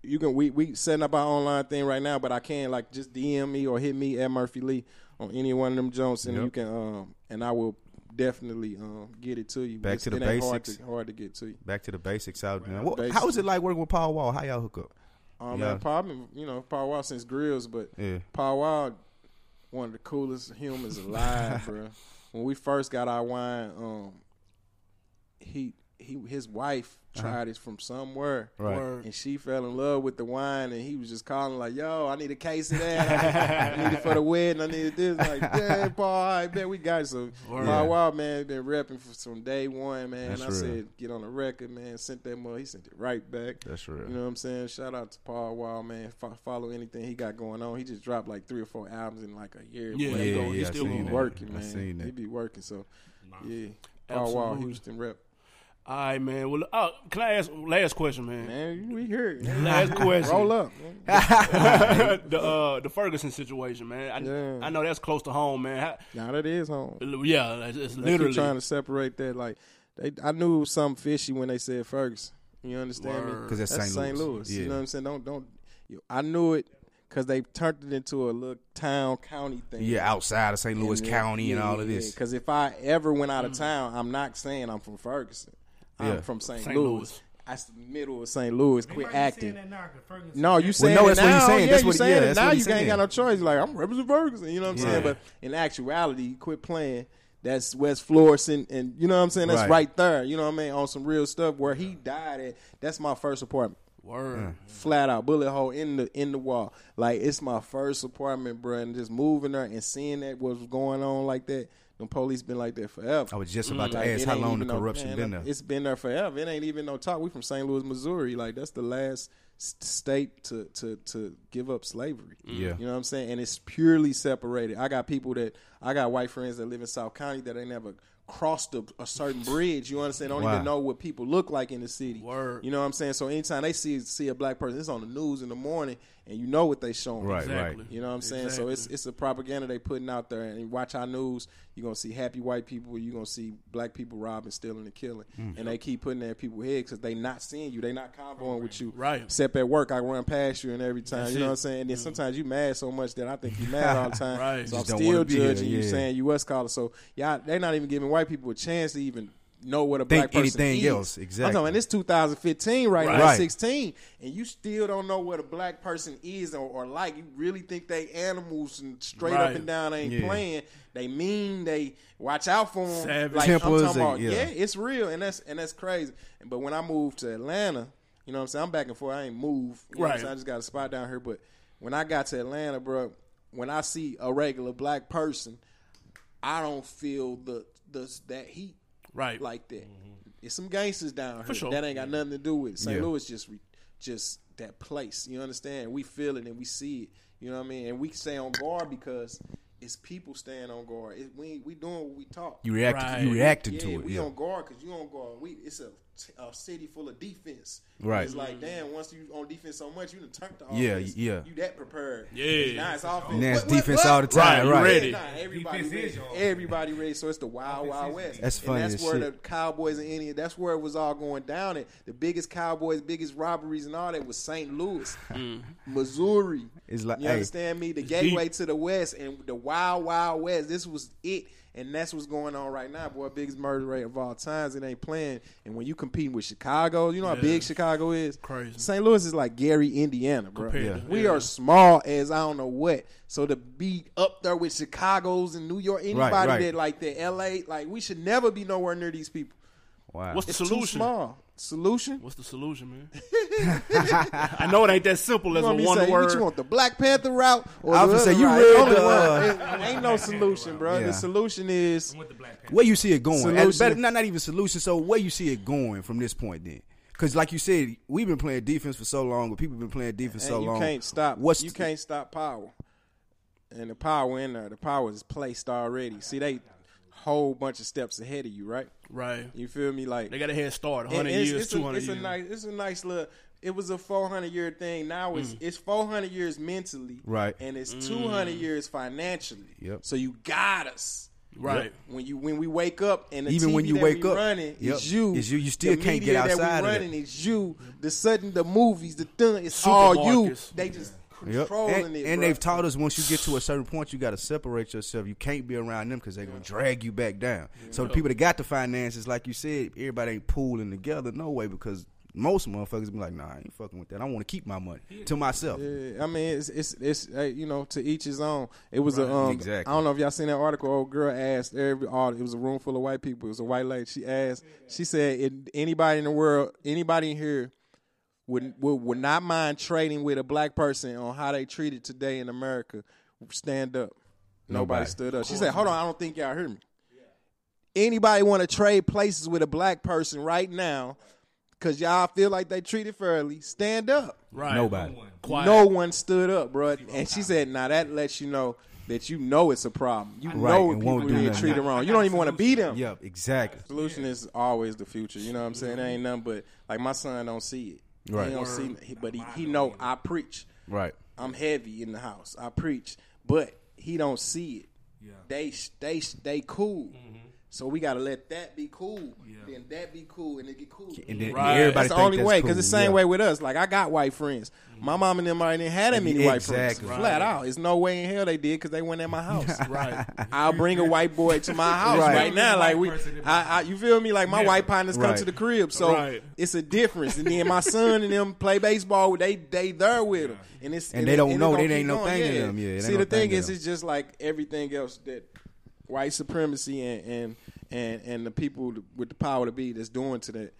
you can we we setting up our online thing right now, but I can like just DM me or hit me at Murphy Lee on any one of them joints, and you can um and I will definitely um get it to you. Back It's- to the it ain't Hard basics. to, hard to get to you. Back to the basics out now. What- Basics. How is it like working with Paul Wall? How y'all hook up? Um, Yeah. man, Paul, been, you know, Paul Wow since Grills, but Yeah. Paul Wow, one of the coolest humans alive, bro. When we first got our wine, um, he he his wife tried it from somewhere, Uh-huh. Right. Word. And she fell in love with the wine, and he was just calling like, "Yo, I need a case of that. I need it for the wedding. I need this." Like, yeah, Paul, I bet we got it." so. Word. Paul Wow, man, been repping for from day one, man. That's and I real. said, "Get on the record, man." Sent that mother, he sent it right back. That's real. You know what I'm saying? Shout out to Paul Wall, man. Fo- follow anything he got going on. He just dropped like three or four albums in like a year. Yeah, bro. he He go- go- he he I still seen be that. working, I man. seen that. He be working, so yeah. Paul Wall, Absolutely. Houston rep. All right, man. Well, uh, can I ask last question, man? Man, we here. Last question. Roll up. man. the uh, the Ferguson situation, man. I, Yeah. I know that's close to home, man. How- Now that is home. yeah, it's, it's They literally keep trying to separate that. Like they, I knew it was something fishy when they said Ferguson. You understand me? Word. 'Cause that's St. St. Louis. Louis. Yeah. You know what I'm saying? Don't don't. you- I knew it because they turned it into a little town county thing. Yeah, outside of St. Louis County and all of this. Because if I ever went out of town, I'm not saying I'm from Ferguson. I'm Yeah. from St. St. Louis. Louis. That's the middle of St. Louis. Why you Quit saying acting. that now, 'cause Ferguson- No, you saying no, it that's what he's now. saying. Yeah, That's you what- saying yeah, it that's now. what you he's ain't saying. got no choice. Like I'm representing Ferguson. You know what I'm saying? Yeah. But in actuality, you quit playing. That's West Florissant, and you know what I'm saying. That's Right. right. there. You know what I mean? On some real stuff where he died at. That's my first apartment. word. Flat out bullet hole in the in the wall. Like it's my first apartment, bro. And just moving there and seeing that what was going on like that. The police been like that forever. I was just about to Mm, Like, ask it how ain't long the even no- corruption man, been there. It's been there forever. It ain't even no talk. We from St. Louis, Missouri. Like that's the last s- state to to to give up slavery. Yeah. you know what I'm saying. And it's purely separated. I got people that I got white friends that live in South County that ain't never crossed a, a certain bridge. You understand? Don't Wow. even know what people look like in the city. Word. You know what I'm saying? So anytime they see see a black person, it's on the news in the morning, and you know what they showing. Right, Exactly. right. You know what I'm saying? So Exactly. it's it's a propaganda they putting out there. And you watch our news, you're gonna see happy white people, you're gonna see black people robbing, stealing, and killing. Mm. And they keep putting that in people's head because they not seeing you, they not convoying with you. Right. Except at work, I run past you and every time. That's you know it. what I'm saying? And then sometimes you mad so much that I think you mad all the time. Right. So Just I'm don't wanna still be here, judging you, yeah. saying you us collar. So y'all, they not even giving white people a chance to even know what a Think black person anything eats. else, I'm exactly. talking about this 2015 right, now, Right. 16, and you still don't know what a black person is or, or like. You really think they animals and straight up Right. and down ain't Yeah. playing. They mean they watch out for them. Savage. Like Temples I'm talking about, and- yeah. yeah, it's real, and that's and that's crazy. But when I moved to Atlanta, you know what I'm saying? I'm back and forth. I ain't moved. You know what I'm Right. saying? I just got a spot down here. But when I got to Atlanta, bro, when I see a regular black person, I don't feel the the that heat Right. like that. It's some gangsters down here sure. that ain't got nothing to do with it. St. Yeah. Louis just re, just that place. You understand? We feel it and we see it. You know what I mean? And we stay on guard because it's people staying on guard. It, we we doing what we talk. You reacted. You Right. reacted Yeah, to it. we Yeah. on guard because you on guard. We it's a, a city full of defense. Right. It's like damn. Once you on defense so much, you done turned to Yeah, offense. yeah. You that prepared? Yeah. Now it's offense. And that's What- what- defense what? all the time. Right, Right. you ready. Yeah, nah, everybody Defense is ready. y'all. Everybody ready. So it's the wild, wild is west. y'all. That's funny And as that's where shit. the Cowboys and Indians. That's where it was all going down. And the biggest Cowboys, biggest robberies and all that was St. Louis, Missouri. It's like, you hey, understand me? The gateway to the west and the wild, wild west. This was it. And that's what's going on right now, boy. Biggest murder rate of all times. It ain't playing. And when you competing with Chicago, you know how big Chicago is. Crazy. St. Louis is like Gary, Indiana, bro. Compared to- we yeah. are small as I don't know what. So to be up there with Chicago's and New York, anybody Right, right. that like that LA, like we should never be nowhere near these people. Wow. What's the It's too solution? small. Solution? What's the solution, man? I know it ain't that simple as You a want me to one say, word. what you want the Black Panther route or I the was gonna other say, you route? read Only the, uh, one. It- it ain't no solution, bro. Yeah. The solution is I want the Black Panther. where you see it going. As Solution. better, not not even solution. So where you see it going from this point then? Because like you said, we've been playing defense for so long, but people been playing defense so and you long. can't stop. What's you the- can't stop power, and the power in there, the power is placed already. See, they whole bunch of steps ahead of you, right? right. You feel me? Like They got a head start. And 100 it's, years, it's 200 a, it's years. A nice, it's a nice little. It was a 400 year thing. Now it's it's 400 years mentally, Mm. Right. Mm. And it's 200 years financially. Yep. So you got us. right. When you when we wake up and the Even TV when you that wake we up, running yep, is you, it's you. You still the can't get media outside that of we it. running is you. The sudden the movies the thing it's all you. Supermarkets. They just Yep. controlling and, it. and bruh. they've taught us once you get to a certain point, you got to separate yourself. You can't be around them because they're gonna drag you back down. So the people that got the finances, like you said, everybody ain't pooling together. No way, because most motherfuckers be like, "Nah, I ain't fucking with that. I want to keep my money to myself." Yeah, I mean, it's it's it's uh, you know to each his own. It was a um, Exactly. I don't know if y'all seen that article. Old girl asked every all. It was a room full of white people. It was a white lady. She asked. She said, "If anybody in the world, anybody in here, would would, would not mind trading with a black person on how they treated today in America, stand up." Nobody, Nobody. stood up. She said, "Hold on, I don't think y'all heard me." Anybody want to trade places with a black person right now? Cause y'all feel like they treated fairly. Stand up. Right. Nobody. Quiet. No one stood up, bro. And she said, "Now that lets you know that you know it's a problem. You Right, know when and people won't do being nothing. treated wrong. You don't even want to beat them. Yep, exactly. Solution is always the future. You know what I'm saying? It ain't nothing but like my son don't see it. Right. He don't see, he- but he, he know I preach. Right. I'm heavy in the house. I preach, but he don't see it. Yeah. They they they cool. So we gotta let that be cool. Then that be cool, and it get cool. And then Right. everybody That's the think only way, because cool. the same Yeah. way with us. Like I got white friends. My mom and them already didn't had that many white friends. Exactly. Flat out, it's no way in hell they did because they went at my house. Right. I'll bring a white boy to my house Right. right, now. Like we, Person in my I, I, you feel me? Like my white partners come Right. to the crib, so Right. it's a difference. And then my son and them play baseball. They they there with them, and it's And they don't it know. gonna They keep ain't no going. thing to them. Yeah, it ain't See, no the thing thing to is, them. it's just like everything else that white supremacy and and and, and the people with the power to be that's doing to that,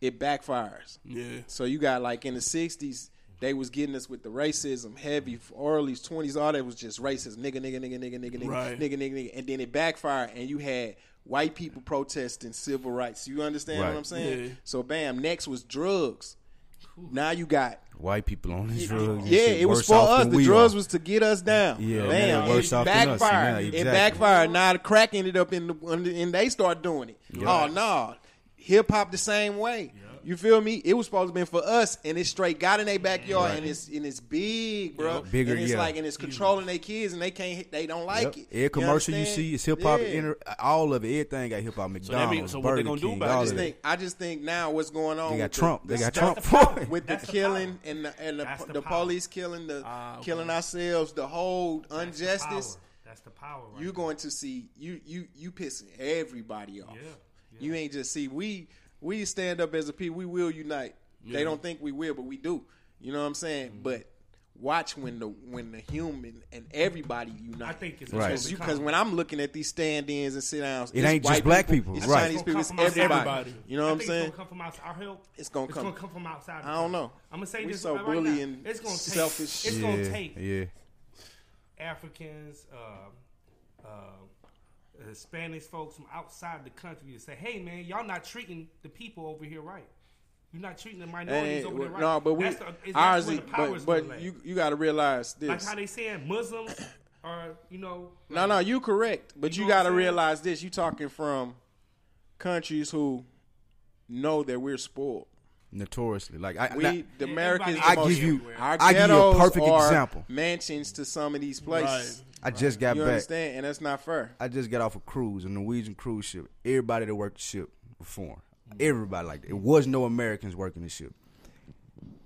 it backfires. Yeah. So you got like in the '60s, they was getting us with the racism heavy for early '20s. All that was just racist, nigga, nigga, nigga, nigga, nigga, nigga, Right. nigga, nigga, nigga, and then it backfired, and you had white people protesting civil rights. You understand Right. what I'm saying? Yeah. So bam, next was drugs. Now you got White people on these drugs. and yeah, shit it was worse for off us. than The we drugs are. was to get us down. Yeah, and Damn, they're worse it off than us. backfired. Yeah, It exactly. backfired. Now the crack ended up in the on the- and they start doing it. Oh no, hip hop the same way. You feel me? It was supposed to be for us, and it's straight got in their backyard, and it's and it's big, bro. Bigger, and it's yeah. like and it's controlling their kids, and they can't. hit- They don't Yep. like it. Every commercial you, understand? see is hip hop. Yeah. inter All of it, everything got hip hop. that McDonald's, means- so what they Burger gonna do King, about it? all I just of think I just think now what's going on. They got with the- Trump. the They got stuff- Trump for it. with That's the the killing power. and the, and the, That's the, the power. police killing the Ah, okay. killing ourselves, the whole injustice. Power. That's the power. Right You're going to see you you you pissing everybody off. Yeah. You ain't just see we we stand up as a people. We will unite. They don't think we will, but we do. You know what I'm saying? Mm-hmm. But watch when the when the human and everybody unite. I think it's Right. right. Because when I'm looking at these stand-ins and sit-downs, It ain't just black people, it's right. Chinese people, it's everybody. You know what I'm saying? It's gonna come from outside. Our help. It's gonna it's come- gonna come from outside. I don't know. I'm gonna say We this so right bully now. and it's gonna take, selfish. It's yeah, gonna take yeah. Africans, uh, uh, Hispanics, folks from outside the country to say, "Hey, man, y'all not treating the people over here right. You're not treating the minorities And- over there right." no, but we That's the- is- that's ours, where is, the power but, is but gonna lay. you you got to realize this. like how they saying Muslims are, you know, No, no, you correct, but You you, know what got to I'm saying? realize this. You talking from countries who know that we're spoiled. Notoriously, like I, We, now- the Yeah, Americans, everybody- the I most- give you- our I give you a ghettos perfect are example. Mansions to some of these places. I just got You back. understand, and that's not fair. I just got off a cruise, a Norwegian cruise ship. Everybody that worked the ship was foreign. Everybody like that. It was no Americans working the ship.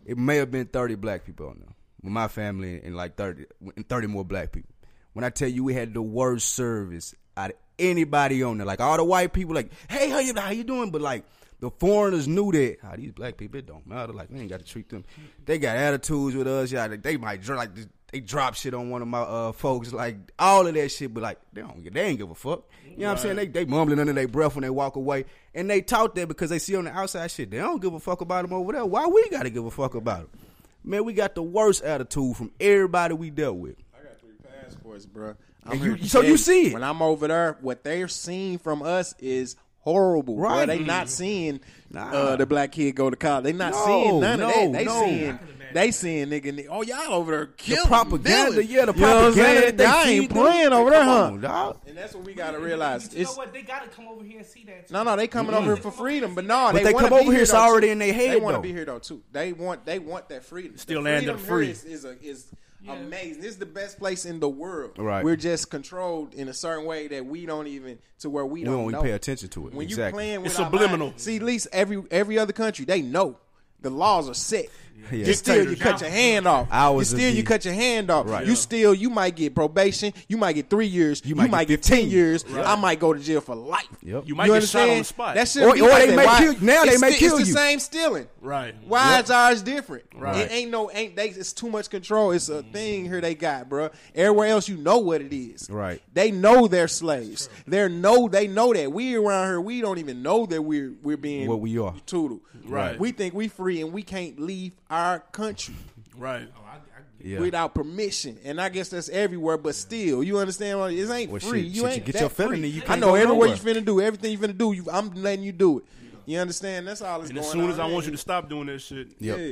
It may have been thirty black people on there, with my family and like thirty and thirty more black people. When I tell you we had the worst service out of anybody on there, like all the white people, like, hey, how you how you doing? But like the foreigners knew that. How these black people, it don't matter. Like we ain't got to treat them. They got attitudes with us. Yeah, like, they might dr- like they drop shit on one of my uh, folks, like all of that shit. But like they don't, they ain't give a fuck. You know what I'm saying? They they mumbling under their breath when they walk away, and they taught that because they see on the outside shit. They don't give a fuck about them over there. Why we got to give a fuck about them? Man, we got the worst attitude from everybody we dealt with. I got three passports, bro. And you- so you see it. when I'm over there. What they're seeing from us is horrible. Right? Right. They not seeing Nah. uh, the black kid go to college. They not No, seeing none of no, that. They no. seeing they seeing nigga. Oh y'all over there killing propaganda, villains. yeah, the You know what I'm propaganda saying? that they Y'all feed ain't them. playing over there, Come huh? on, dog. And that's what we gotta realize. You know It's what? They gotta come over here and see that. no, no, they coming over here for freedom, but no, But they wanna come be over here, it's though, already too. in their They head, wanna though. be here though too. They want, they want that freedom. Still the land up freedom free. here is, is, a, is amazing. This is the best place in the world. Right. we're just controlled in a certain way that we don't even to where we, We don't know. even pay attention to it. When you Exactly. playing with It's our subliminal. mind- see, at least every every other country they know the laws are set. Yeah. You still you Dictators. cut your hand off. Ours you is still the- you cut your hand off. Right. You still you might get probation. You might get three years. You might, get, ten years. I might go to jail for life. Yep. You might get shot on the spot. That shit Or- be or like they that. may Why- kill- now they it's may sti- kill It's you. the same stealing. Right. Why is ours different? Right. It ain't no ain't they. It's too much control. It's a thing here they got, bruh. Everywhere else, you know what it is. Right. They know they're slaves. They're no. They know that we around here. We don't even know that we're we're being What we are. Toodle. Right. We think we free and we can't leave our country Right. Oh, I, I, get Yeah. without permission. And I guess that's everywhere, but still, you understand? What, it ain't Well, free. shit, shit, you you ain't get that your free. felony, you I can't know go everywhere you nowhere. finna do, everything you finna do, you, I'm letting you do it. You understand? That's all it's And going as soon on. as I want you to stop doing that shit, Yep. Yeah.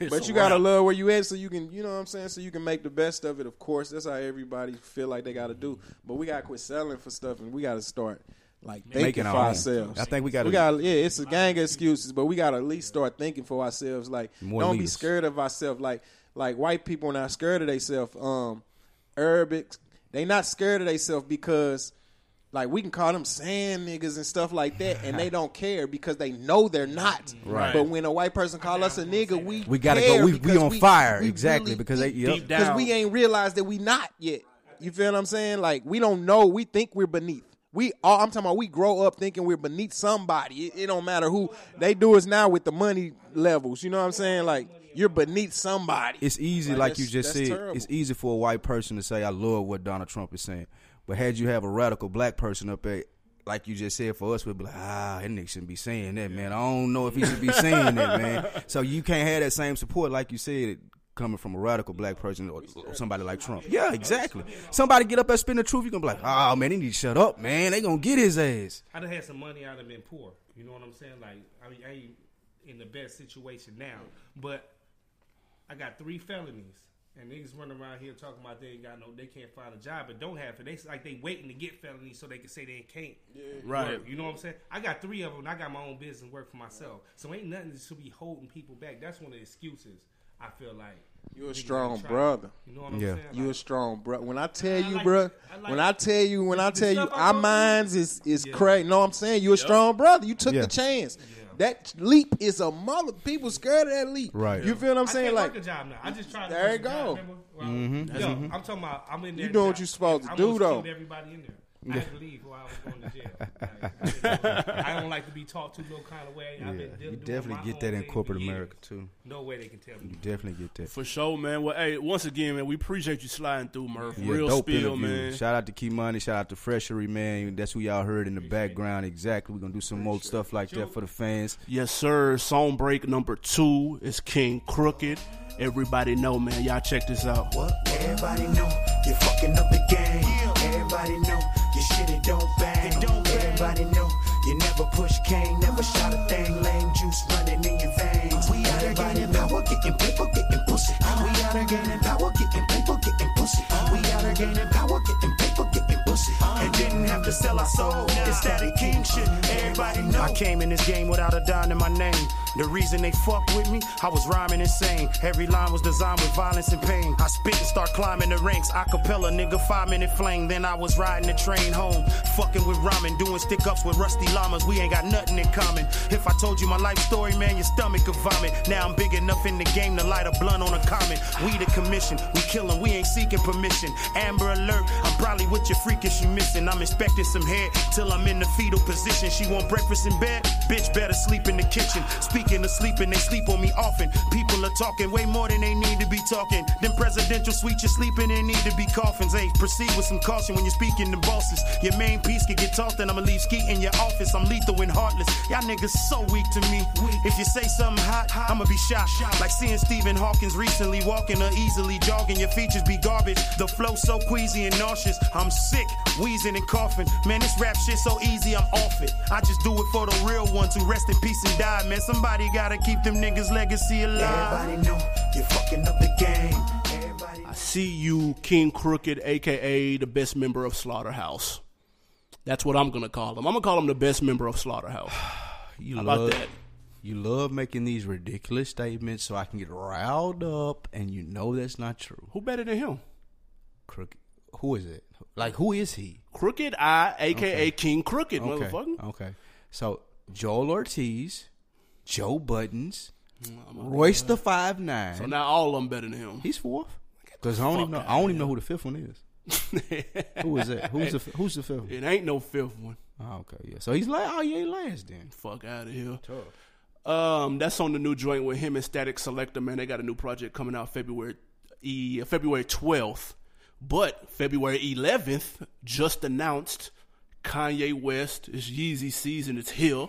It's but you a gotta wrap. love where you at, so you can, you know what I'm saying, so you can make the best of it. Of course, that's how everybody feel like they gotta do. But we gotta quit selling for stuff, and we gotta start like thinking Making our for own. ourselves. I think we gotta- we gotta, yeah, it's a gang of excuses, but we gotta at least start thinking for ourselves. Like, More don't be leaders. scared of ourselves. Like, like white people not scared of themselves. Um, Arabics, they not scared of themselves because. Like we can call them sand niggas and stuff like that, and they don't care because they know they're not. Right. But when a white person call us a nigga, we We gotta go. care We we because on fire we exactly really- because they yep. deep because down. we ain't realized that we not yet. You feel what I'm saying? Like we don't know. We think we're beneath. We all I'm talking about. We grow up thinking we're beneath somebody. It, it don't matter who they do us now with the money levels. You know what I'm saying? Like you're beneath somebody. It's easy, Like, like, that's- you just that's said. terrible. It's easy for a white person to say, "I love what Donald Trump is saying," but had you have a radical black person up there, like you just said, for us, we'd be like, "Ah, that nigga shouldn't be saying that, man. I don't know if he should be saying that, man." So you can't have that same support, like you said. Coming from a radical black person or, or somebody like Trump, yeah, exactly. Somebody get up and spin the truth, you gonna be like, "Oh man, they need to shut up, man. They gonna get his ass." I done had some money. I done been poor. You know what I'm saying? Like I, mean, I ain't in the best situation now, but I got three felonies, and niggas running around here talking about they ain't got no, they can't find a job, but don't have it. They like they waiting to get felonies so they can say they can't. Right. Work, you know what I'm saying? I got three of them. And I got my own business and work for myself, so ain't nothing that should be holding people back. That's one of the excuses. I feel like You're a niggas strong try. brother. You know what I'm Yeah. saying? You a Like, strong bro. When I tell you, like bro, it. I like when I it. tell you, when I The tell you, stuff I our go through. minds is is crazy. No, I'm saying you a strong brother. You took Yeah. the chance. That leap is a mother. People scared of that leap. Right. You feel what I'm I saying? can't Like work a job now. I just tried. to there work you a job, go. Mm-hmm. remember? Well, Yo, I'm talking about. I'm in there. You doing what you supposed to do, though. Everybody in there. I had to leave or I was going to jail. Like, I didn't- I don't like to be talked to no kind of way. I've been Yeah, de- you doing my definitely own get that in thing for corporate years. America too. No way they can tell You me. definitely get that. For sure, man. Well, hey, once again, man, we appreciate you sliding through, Murph. Yeah, Real dope spill, interview. man. Shout out to Key Money. Shout out to Freshery, man. That's who y'all heard in the background. Exactly. We're gonna do some more stuff like that for the fans. Yes, sir. Song break number two is King Crooked. Everybody know, man. Y'all check this out. What? Everybody know you're fucking up the game. Everybody know your shit it don't bang. Everybody know you never push cane, never shot a thing. Lame juice running in your veins. We out here getting power, getting people, getting pussy. We out here getting power, getting people, getting pussy. We out here gaining power, getting people, getting pussy. And didn't have to sell our soul. It's static king shit. Everybody know. I came in this game without a dime in my name. The reason they fucked with me, I was rhyming insane. Every line was designed with violence and pain. I spit and start climbing the ranks. Acapella, nigga, five minute flame. Then I was riding the train home. Fucking with ramen, doing stick ups with rusty llamas. We ain't got nothing in common. If I told you my life story, man, your stomach could vomit. Now I'm big enough in the game to light a blunt on a comment. We the commission, we killing, we ain't seeking permission. Amber alert, I'm probably with your freak if she missing. I'm expecting some head till I'm in the fetal position. She want breakfast in bed, bitch better sleep in the kitchen. Speaking of sleeping, they sleep on me often. People are talking way more than they need to be talking. Them presidential suites you're sleeping in need to be coffins. Hey, proceed with some caution when you're speaking to bosses. Your main piece could get tossed and I'ma leave skeet in your office. I'm lethal and heartless. Y'all niggas so weak to me. If you say something hot, I'ma be shot. Like seeing Stephen Hawkins recently walking or easily jogging. Your features be garbage. The flow so queasy and nauseous. I'm sick, wheezing and coughing. Man, this rap shit so easy, I'm off it. I just do it for the real ones who rest in peace and die. Man, somebody gotta keep them niggas' legacy alive. Everybody know you're fucking up the game. Everybody I see you, King Crooked, aka the best member of Slaughterhouse. That's what I'm gonna call him. I'm gonna call him the best member of Slaughterhouse. You How about love that? You love making these ridiculous statements so I can get riled up, and you know that's not true. Who better than him? Crooked. Who is it? Like who is he? Crooked Eye, aka King Crooked, Okay. motherfucker. Okay. So Joel Ortiz, Joe Buttons, Royce the Five Nine. So now all of them better than him. He's fourth. Cause I don't even know. I don't even know who the fifth one is. Who is that? Who's the Who's the fifth? One? It ain't no fifth one. Oh, okay, yeah. So he's like, oh yeah, he last then. Fuck out of here. Um, that's on the new joint with him and Static Selector. Man, they got a new project coming out February, e, February twelfth. But February eleventh, just announced, Kanye West is Yeezy season. It's here.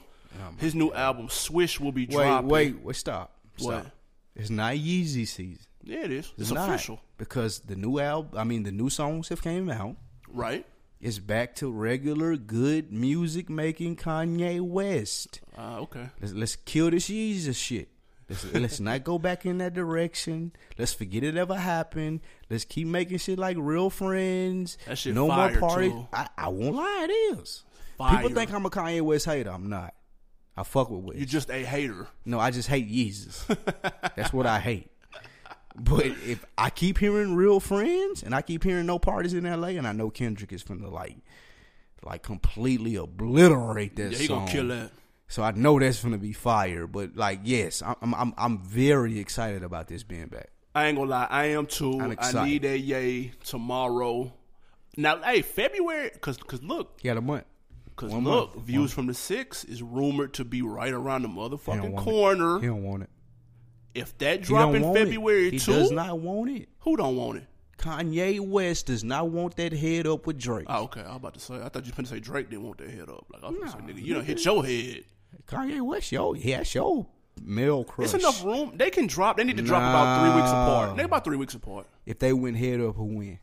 His new album Swish will be Oh, Wait, dropping. wait, wait. Stop. Stop. What? It's not Yeezy season. yeah, it is. It's, not, official, because the new album. I mean, the new songs have came out. right? It's back to regular good music making Kanye West. Uh, okay. Let's, let's kill this Yeezus shit. Let's, let's not go back in that direction. Let's forget it ever happened. Let's keep making shit like real friends. That shit no fire, more parties. too. I, I won't lie, it is. Fire. People think I'm a Kanye West hater. I'm not. I fuck with West. You're just a hater. no, I just hate Yeezus. That's what I hate. But if I keep hearing real friends and I keep hearing no parties in LA, and I know Kendrick is finna like, like completely obliterate that Yeah, he song. gonna kill that. So I know that's gonna be fire, but like, yes, I'm I'm- I'm I'm very excited about this being back. I ain't gonna lie, I am too. I'm I excited. need that yay tomorrow. Now, hey, February, cause, cause look, You got a month. Because One look, month. views from the six is rumored to be right around the He don't motherfucking want it. corner. He don't want it. If that He drop don't in want it. February He too, does not want it. who don't want it? Kanye West does not want that head up with Drake. Oh, okay. I was about to say. I thought you were gonna say Drake didn't want their head up. Like I was gonna say, nigga, you don't hit your head. Kanye West, yo, yeah, that's your male crush. It's enough room. They can drop. They need to drop about three weeks apart. Nah. They about three weeks apart. If they went head up, who win?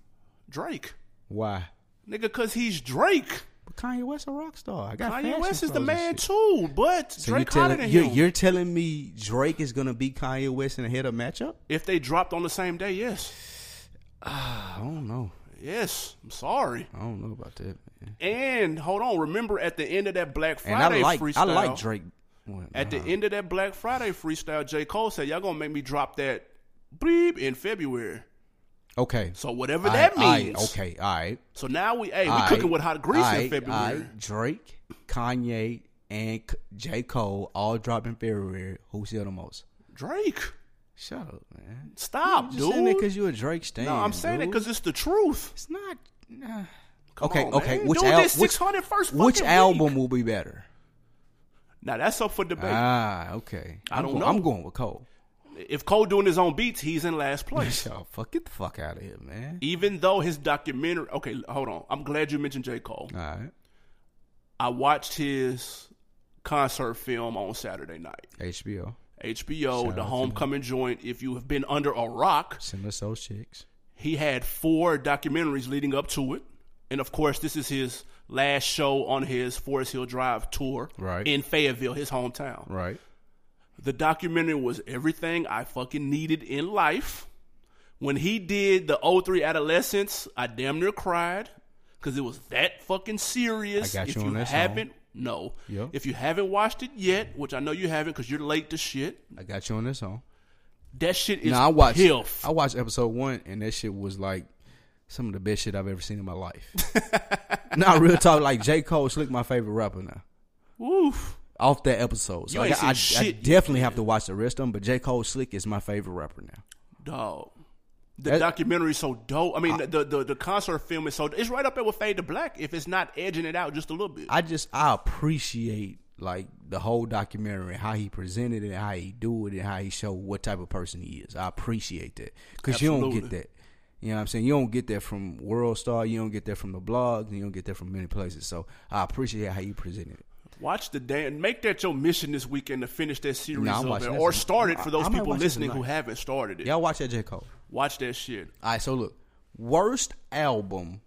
Drake, Why? nigga, cause he's Drake. But Kanye West a rock star. I got Kanye fashion West is the pros and man shit. too, but So Drake you're hotter telling, than you're, him. you're telling me Drake is gonna beat Kanye West in a head up matchup? if they dropped on the same day, yes, I don't know. yes. I'm sorry. I don't know about that. Man. And hold on, remember at the end of that Black And I Friday like freestyle, I like Drake. Well, At the nah. end of that Black Friday freestyle, J. Cole said, Y'all gonna make me drop that bleep in February. okay, So whatever that Aight, means. aight, okay, all right. So now we hey, we cooking with hot grease in February. Drake, Kanye, and K- J Cole all drop in February. Who sell the most? Drake. Shut up, man. Stop, I'm just saying it dude. because you're a Drake stan. No, I'm saying it dude. because it's the truth. it's not. Nah. Come okay, on, okay. man. Which, Dude, al- did which, 600 first which fucking album week. will be better? Now that's up for debate. Ah, okay. I I'm don't going, know. I'm going with Cole. if Cole doing his own beats, he's in last place. Y'all, fuck, get the fuck out of here, man. Even though his documentary. Okay, hold on. I'm glad you mentioned J. Cole. All right. I watched his concert film on Saturday night. HBO. HBO, Shout out the to homecoming joint. If you have been under a rock, Send us those chicks. he had four documentaries leading up to it. And of course, this is his last show on his Forest Hill Drive tour Right. in Fayetteville, his hometown. Right. The documentary was everything I fucking needed in life. When he did the 03 Adolescence, I damn near cried because it was that fucking serious. I got if you on that song. haven't, no. Yeah. If you haven't watched it yet, which I know you haven't because you're late to shit, I got you on this song. that shit is No, I watched. Hilf. I watched episode one, and that shit was like some of the best shit I've ever seen in my life. Not real talk. Like J Cole, Slick, my favorite rapper now. Oof. Off that episode, so You I, ain't got- I, seen I shit definitely have to watch the rest of them. But J Cole, Slick is my favorite rapper now. Dog. The That- documentary is so dope. I mean, the, the the concert film is so. It's right up there with Fade to Black if it's not edging it out just a little bit. I just I appreciate like the whole documentary, how he presented it, how he do it, and how he show what type of person he is. I appreciate that because you don't get Absolutely. that. You know what I'm saying? You don't get that from World Star. You don't get that from the blogs. You don't get that from many places. So I appreciate how you presented it. Watch the damn. Make that your mission this weekend to finish that series Nah, I'm up, watching and- that or tonight. start it for I- those I might people watch it listening who tonight. haven't started it. Y'all watch that J Cole. Watch that shit. All right, so look, worst album,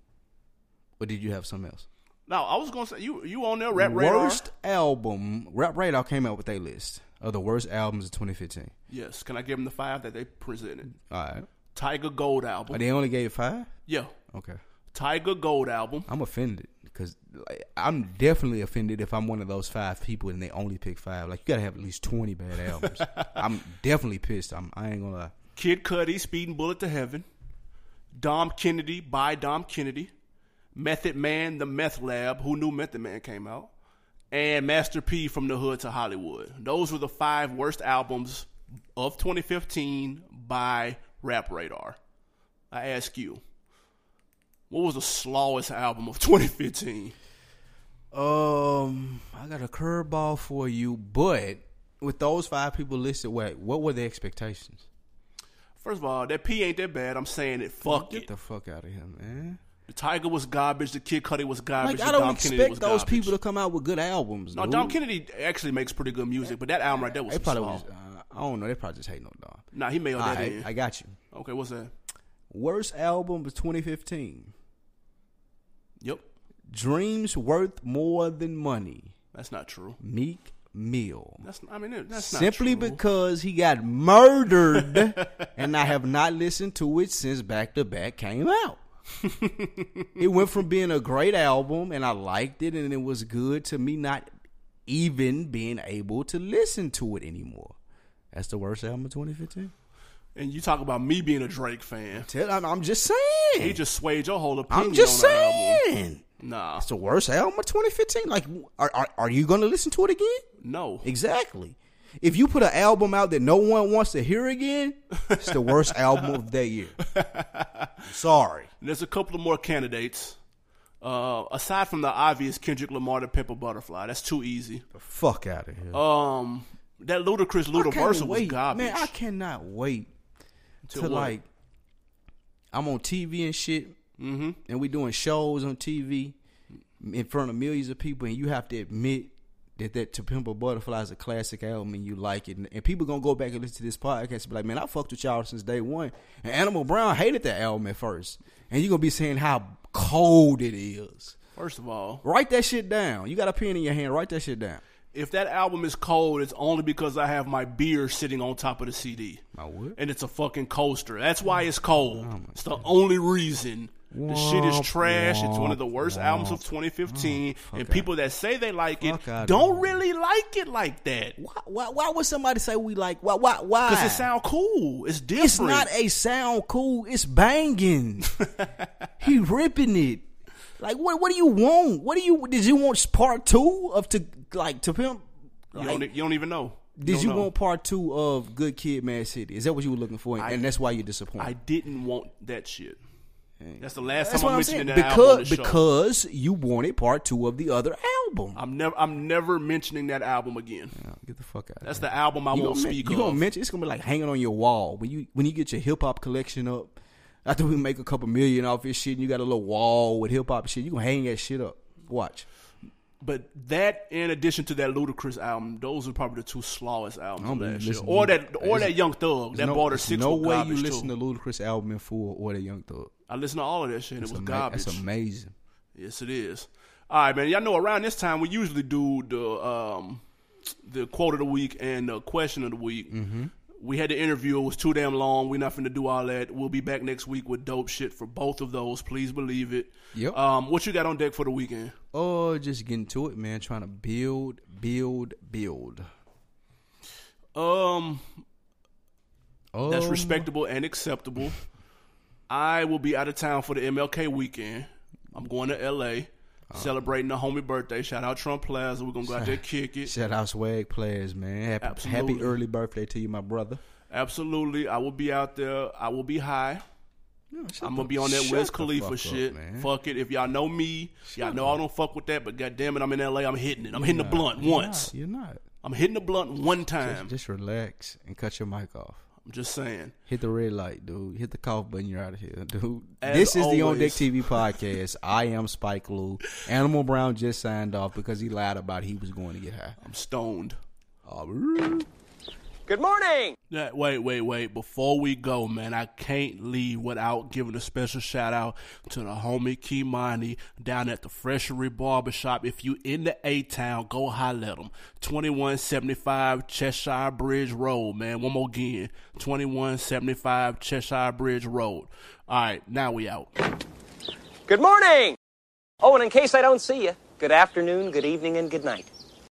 or did you have something else? Now I was gonna say you you on there rap radar. worst album, Rap Radar came out with a list of the worst albums of 2015. Yes. Can I give them the five that they presented? All right, Tiger Gold album. but they only gave five. yeah. Okay. Tiger Gold album. I'm offended because like, I'm definitely offended if I'm one of those five people and they only pick five. Like you gotta have at least twenty bad albums. I'm definitely pissed. I'm, I ain't gonna lie. Kid Cudi, Speeding Bullet to Heaven. Dom Kennedy by Dom Kennedy. Method Man, The Meth Lab. Who knew Method Man came out? And Master P from the Hood to Hollywood. Those were the five worst albums of 2015 by Rap Radar. I ask you, what was the slowest album of 2015? Um, I got a curveball for you, but with those five people listed, wait, what were the expectations? First of all, that P ain't that bad. I'm saying it. Fuck Get it. the fuck out of here, man! The Tiger was garbage. The Kid Cudi was garbage. Like the I don't Dom Kennedy was expect those garbage. people to come out with good albums. No, dude. Dom Oh, Kennedy actually makes pretty good music, but that album right there was They probably slow. was, uh, I don't know. They probably just hating on Dom. Nah, he mailed All that right, in. I got you. okay, what's that? Worst album of 2015. Yep, Dreams worth more than money. that's not true. Meek Mill. That's I mean it- that's Simply not true. because he got murdered, and I have not listened to it since Back to Back came out. it went from being a great album, and I liked it, and it was good, to me not even being able to listen to it anymore. That's the worst album of 2015. and you talk about me being a Drake fan. Tell- I'm, I'm just He saying. just swayed your whole opinion. I'm just on the Album. saying. Nah, That's the worst album of 2015. Like, are, are, are you going to listen to it again? no. Exactly. If you put an album out that no one wants to hear again, it's the worst album of that year. Sorry. There's a couple of more candidates. Uh, aside from the obvious Kendrick Lamar to Pimp a Butterfly, that's too easy. Fuck out of here. Um, that ludicrous I can't Ludiversal was wait. garbage. Man, I cannot wait To to, what? like I'm on TV and shit, mm-hmm. and we doing shows on TV in front of millions of people, and you have to admit that that To Pimp a Butterfly is a classic album, and you like it, and, and people gonna go back and listen to this podcast and be like, "Man, I fucked with y'all since day one." And Animal Brown hated that album at first, and you gonna be saying how cold it is. First of all, Write that shit down. You got a pen in your hand. Write that shit down. if that album is cold, it's only because I have my beer sitting on top of the CD. My what? Oh, And it's a fucking coaster. That's why it's cold. it's the only reason. The shit is Womp, trash. It's one of the womp, Mm, worst albums of 2015. and people that say they like it Fuck outta don't here. really like it like that. Why, why, why would somebody say we like? Why? Why? Why? Because it sound cool. It's different. It's not a sound cool. It's banging. he ripping it. Like what? What do you want? What do you? Did you want part two of to like to pimp? you, like, don't, e, you don't even know. did don't you know. want part two of Good Kid, Mad City? Is that what you were looking for? and that's why you're disappointed. I didn't want that shit. That's the last That's time I'm what I'm mentioning saying. that album on the Because show. because you wanted part two of the other album. I'm never I'm never mentioning that album again. No, get the fuck out. That's the album I you won't gonna, men- speak you of. gonna mention it's gonna be like hanging on your wall when you when you get your hip hop collection up. After we make a couple million off this shit, and you got a little wall with hip hop shit. You gonna hang that shit up. Watch. But that, in addition to that Ludacris album, those are probably the two slowest albums don't of last believe- year. listen, Or you- that, or that Young Thug that There's bought her there's six. No with way you garbage, listen too. to Ludacris album in full or the Young Thug. I listened to all of that shit. and It was Ama- garbage. That's amazing. Yes, it is. All right, man. Y'all know around this time we usually do the um, the quote of the week and the question of the week. Mm-hmm. We had the interview. It was too damn long. We're not finna do all that. We'll be back next week with dope shit for both of those. Please believe it. Yep. Um, what you got on deck for the weekend? Oh, just getting to it, man. Trying to build, build, build. Um, Oh, that's respectable and acceptable. I will be out of town for the MLK weekend. I'm going to LA. Uh. Celebrating the homie birthday. Shout out Trump Plaza. We're gonna go out there kick it. Shout out Swag Players, man. Happy, happy Absolutely. early birthday to you, my brother. Absolutely. I will be out there. I will be high. I'm gonna be on that Wiz Khalifa shit. fuck it. If y'all know me, y'all know I don't fuck with that. But goddamn it, I'm in LA. I'm hitting it. I'm hitting the blunt once. You're not. I'm hitting the blunt one time. Just relax and cut your mic off. I'm just saying. Hit the red light, dude. Hit the cough button. You're out of here, dude. As this is the On Deck always. TV podcast. I am Spike Lou. Animal Brown just signed off because he lied about he was going to get high. I'm stoned. Oh, Yeah, wait, wait, wait. Before we go, man, I can't leave without giving a special shout out to the homie Kimani down at the Freshery Barbershop. If you in the A Town, go holler at him. 2175 Cheshire Bridge Road, man. One more again. 2175 Cheshire Bridge Road. All right, now we out. Good morning! Oh, and in case I don't see you, good afternoon, good evening, and good night.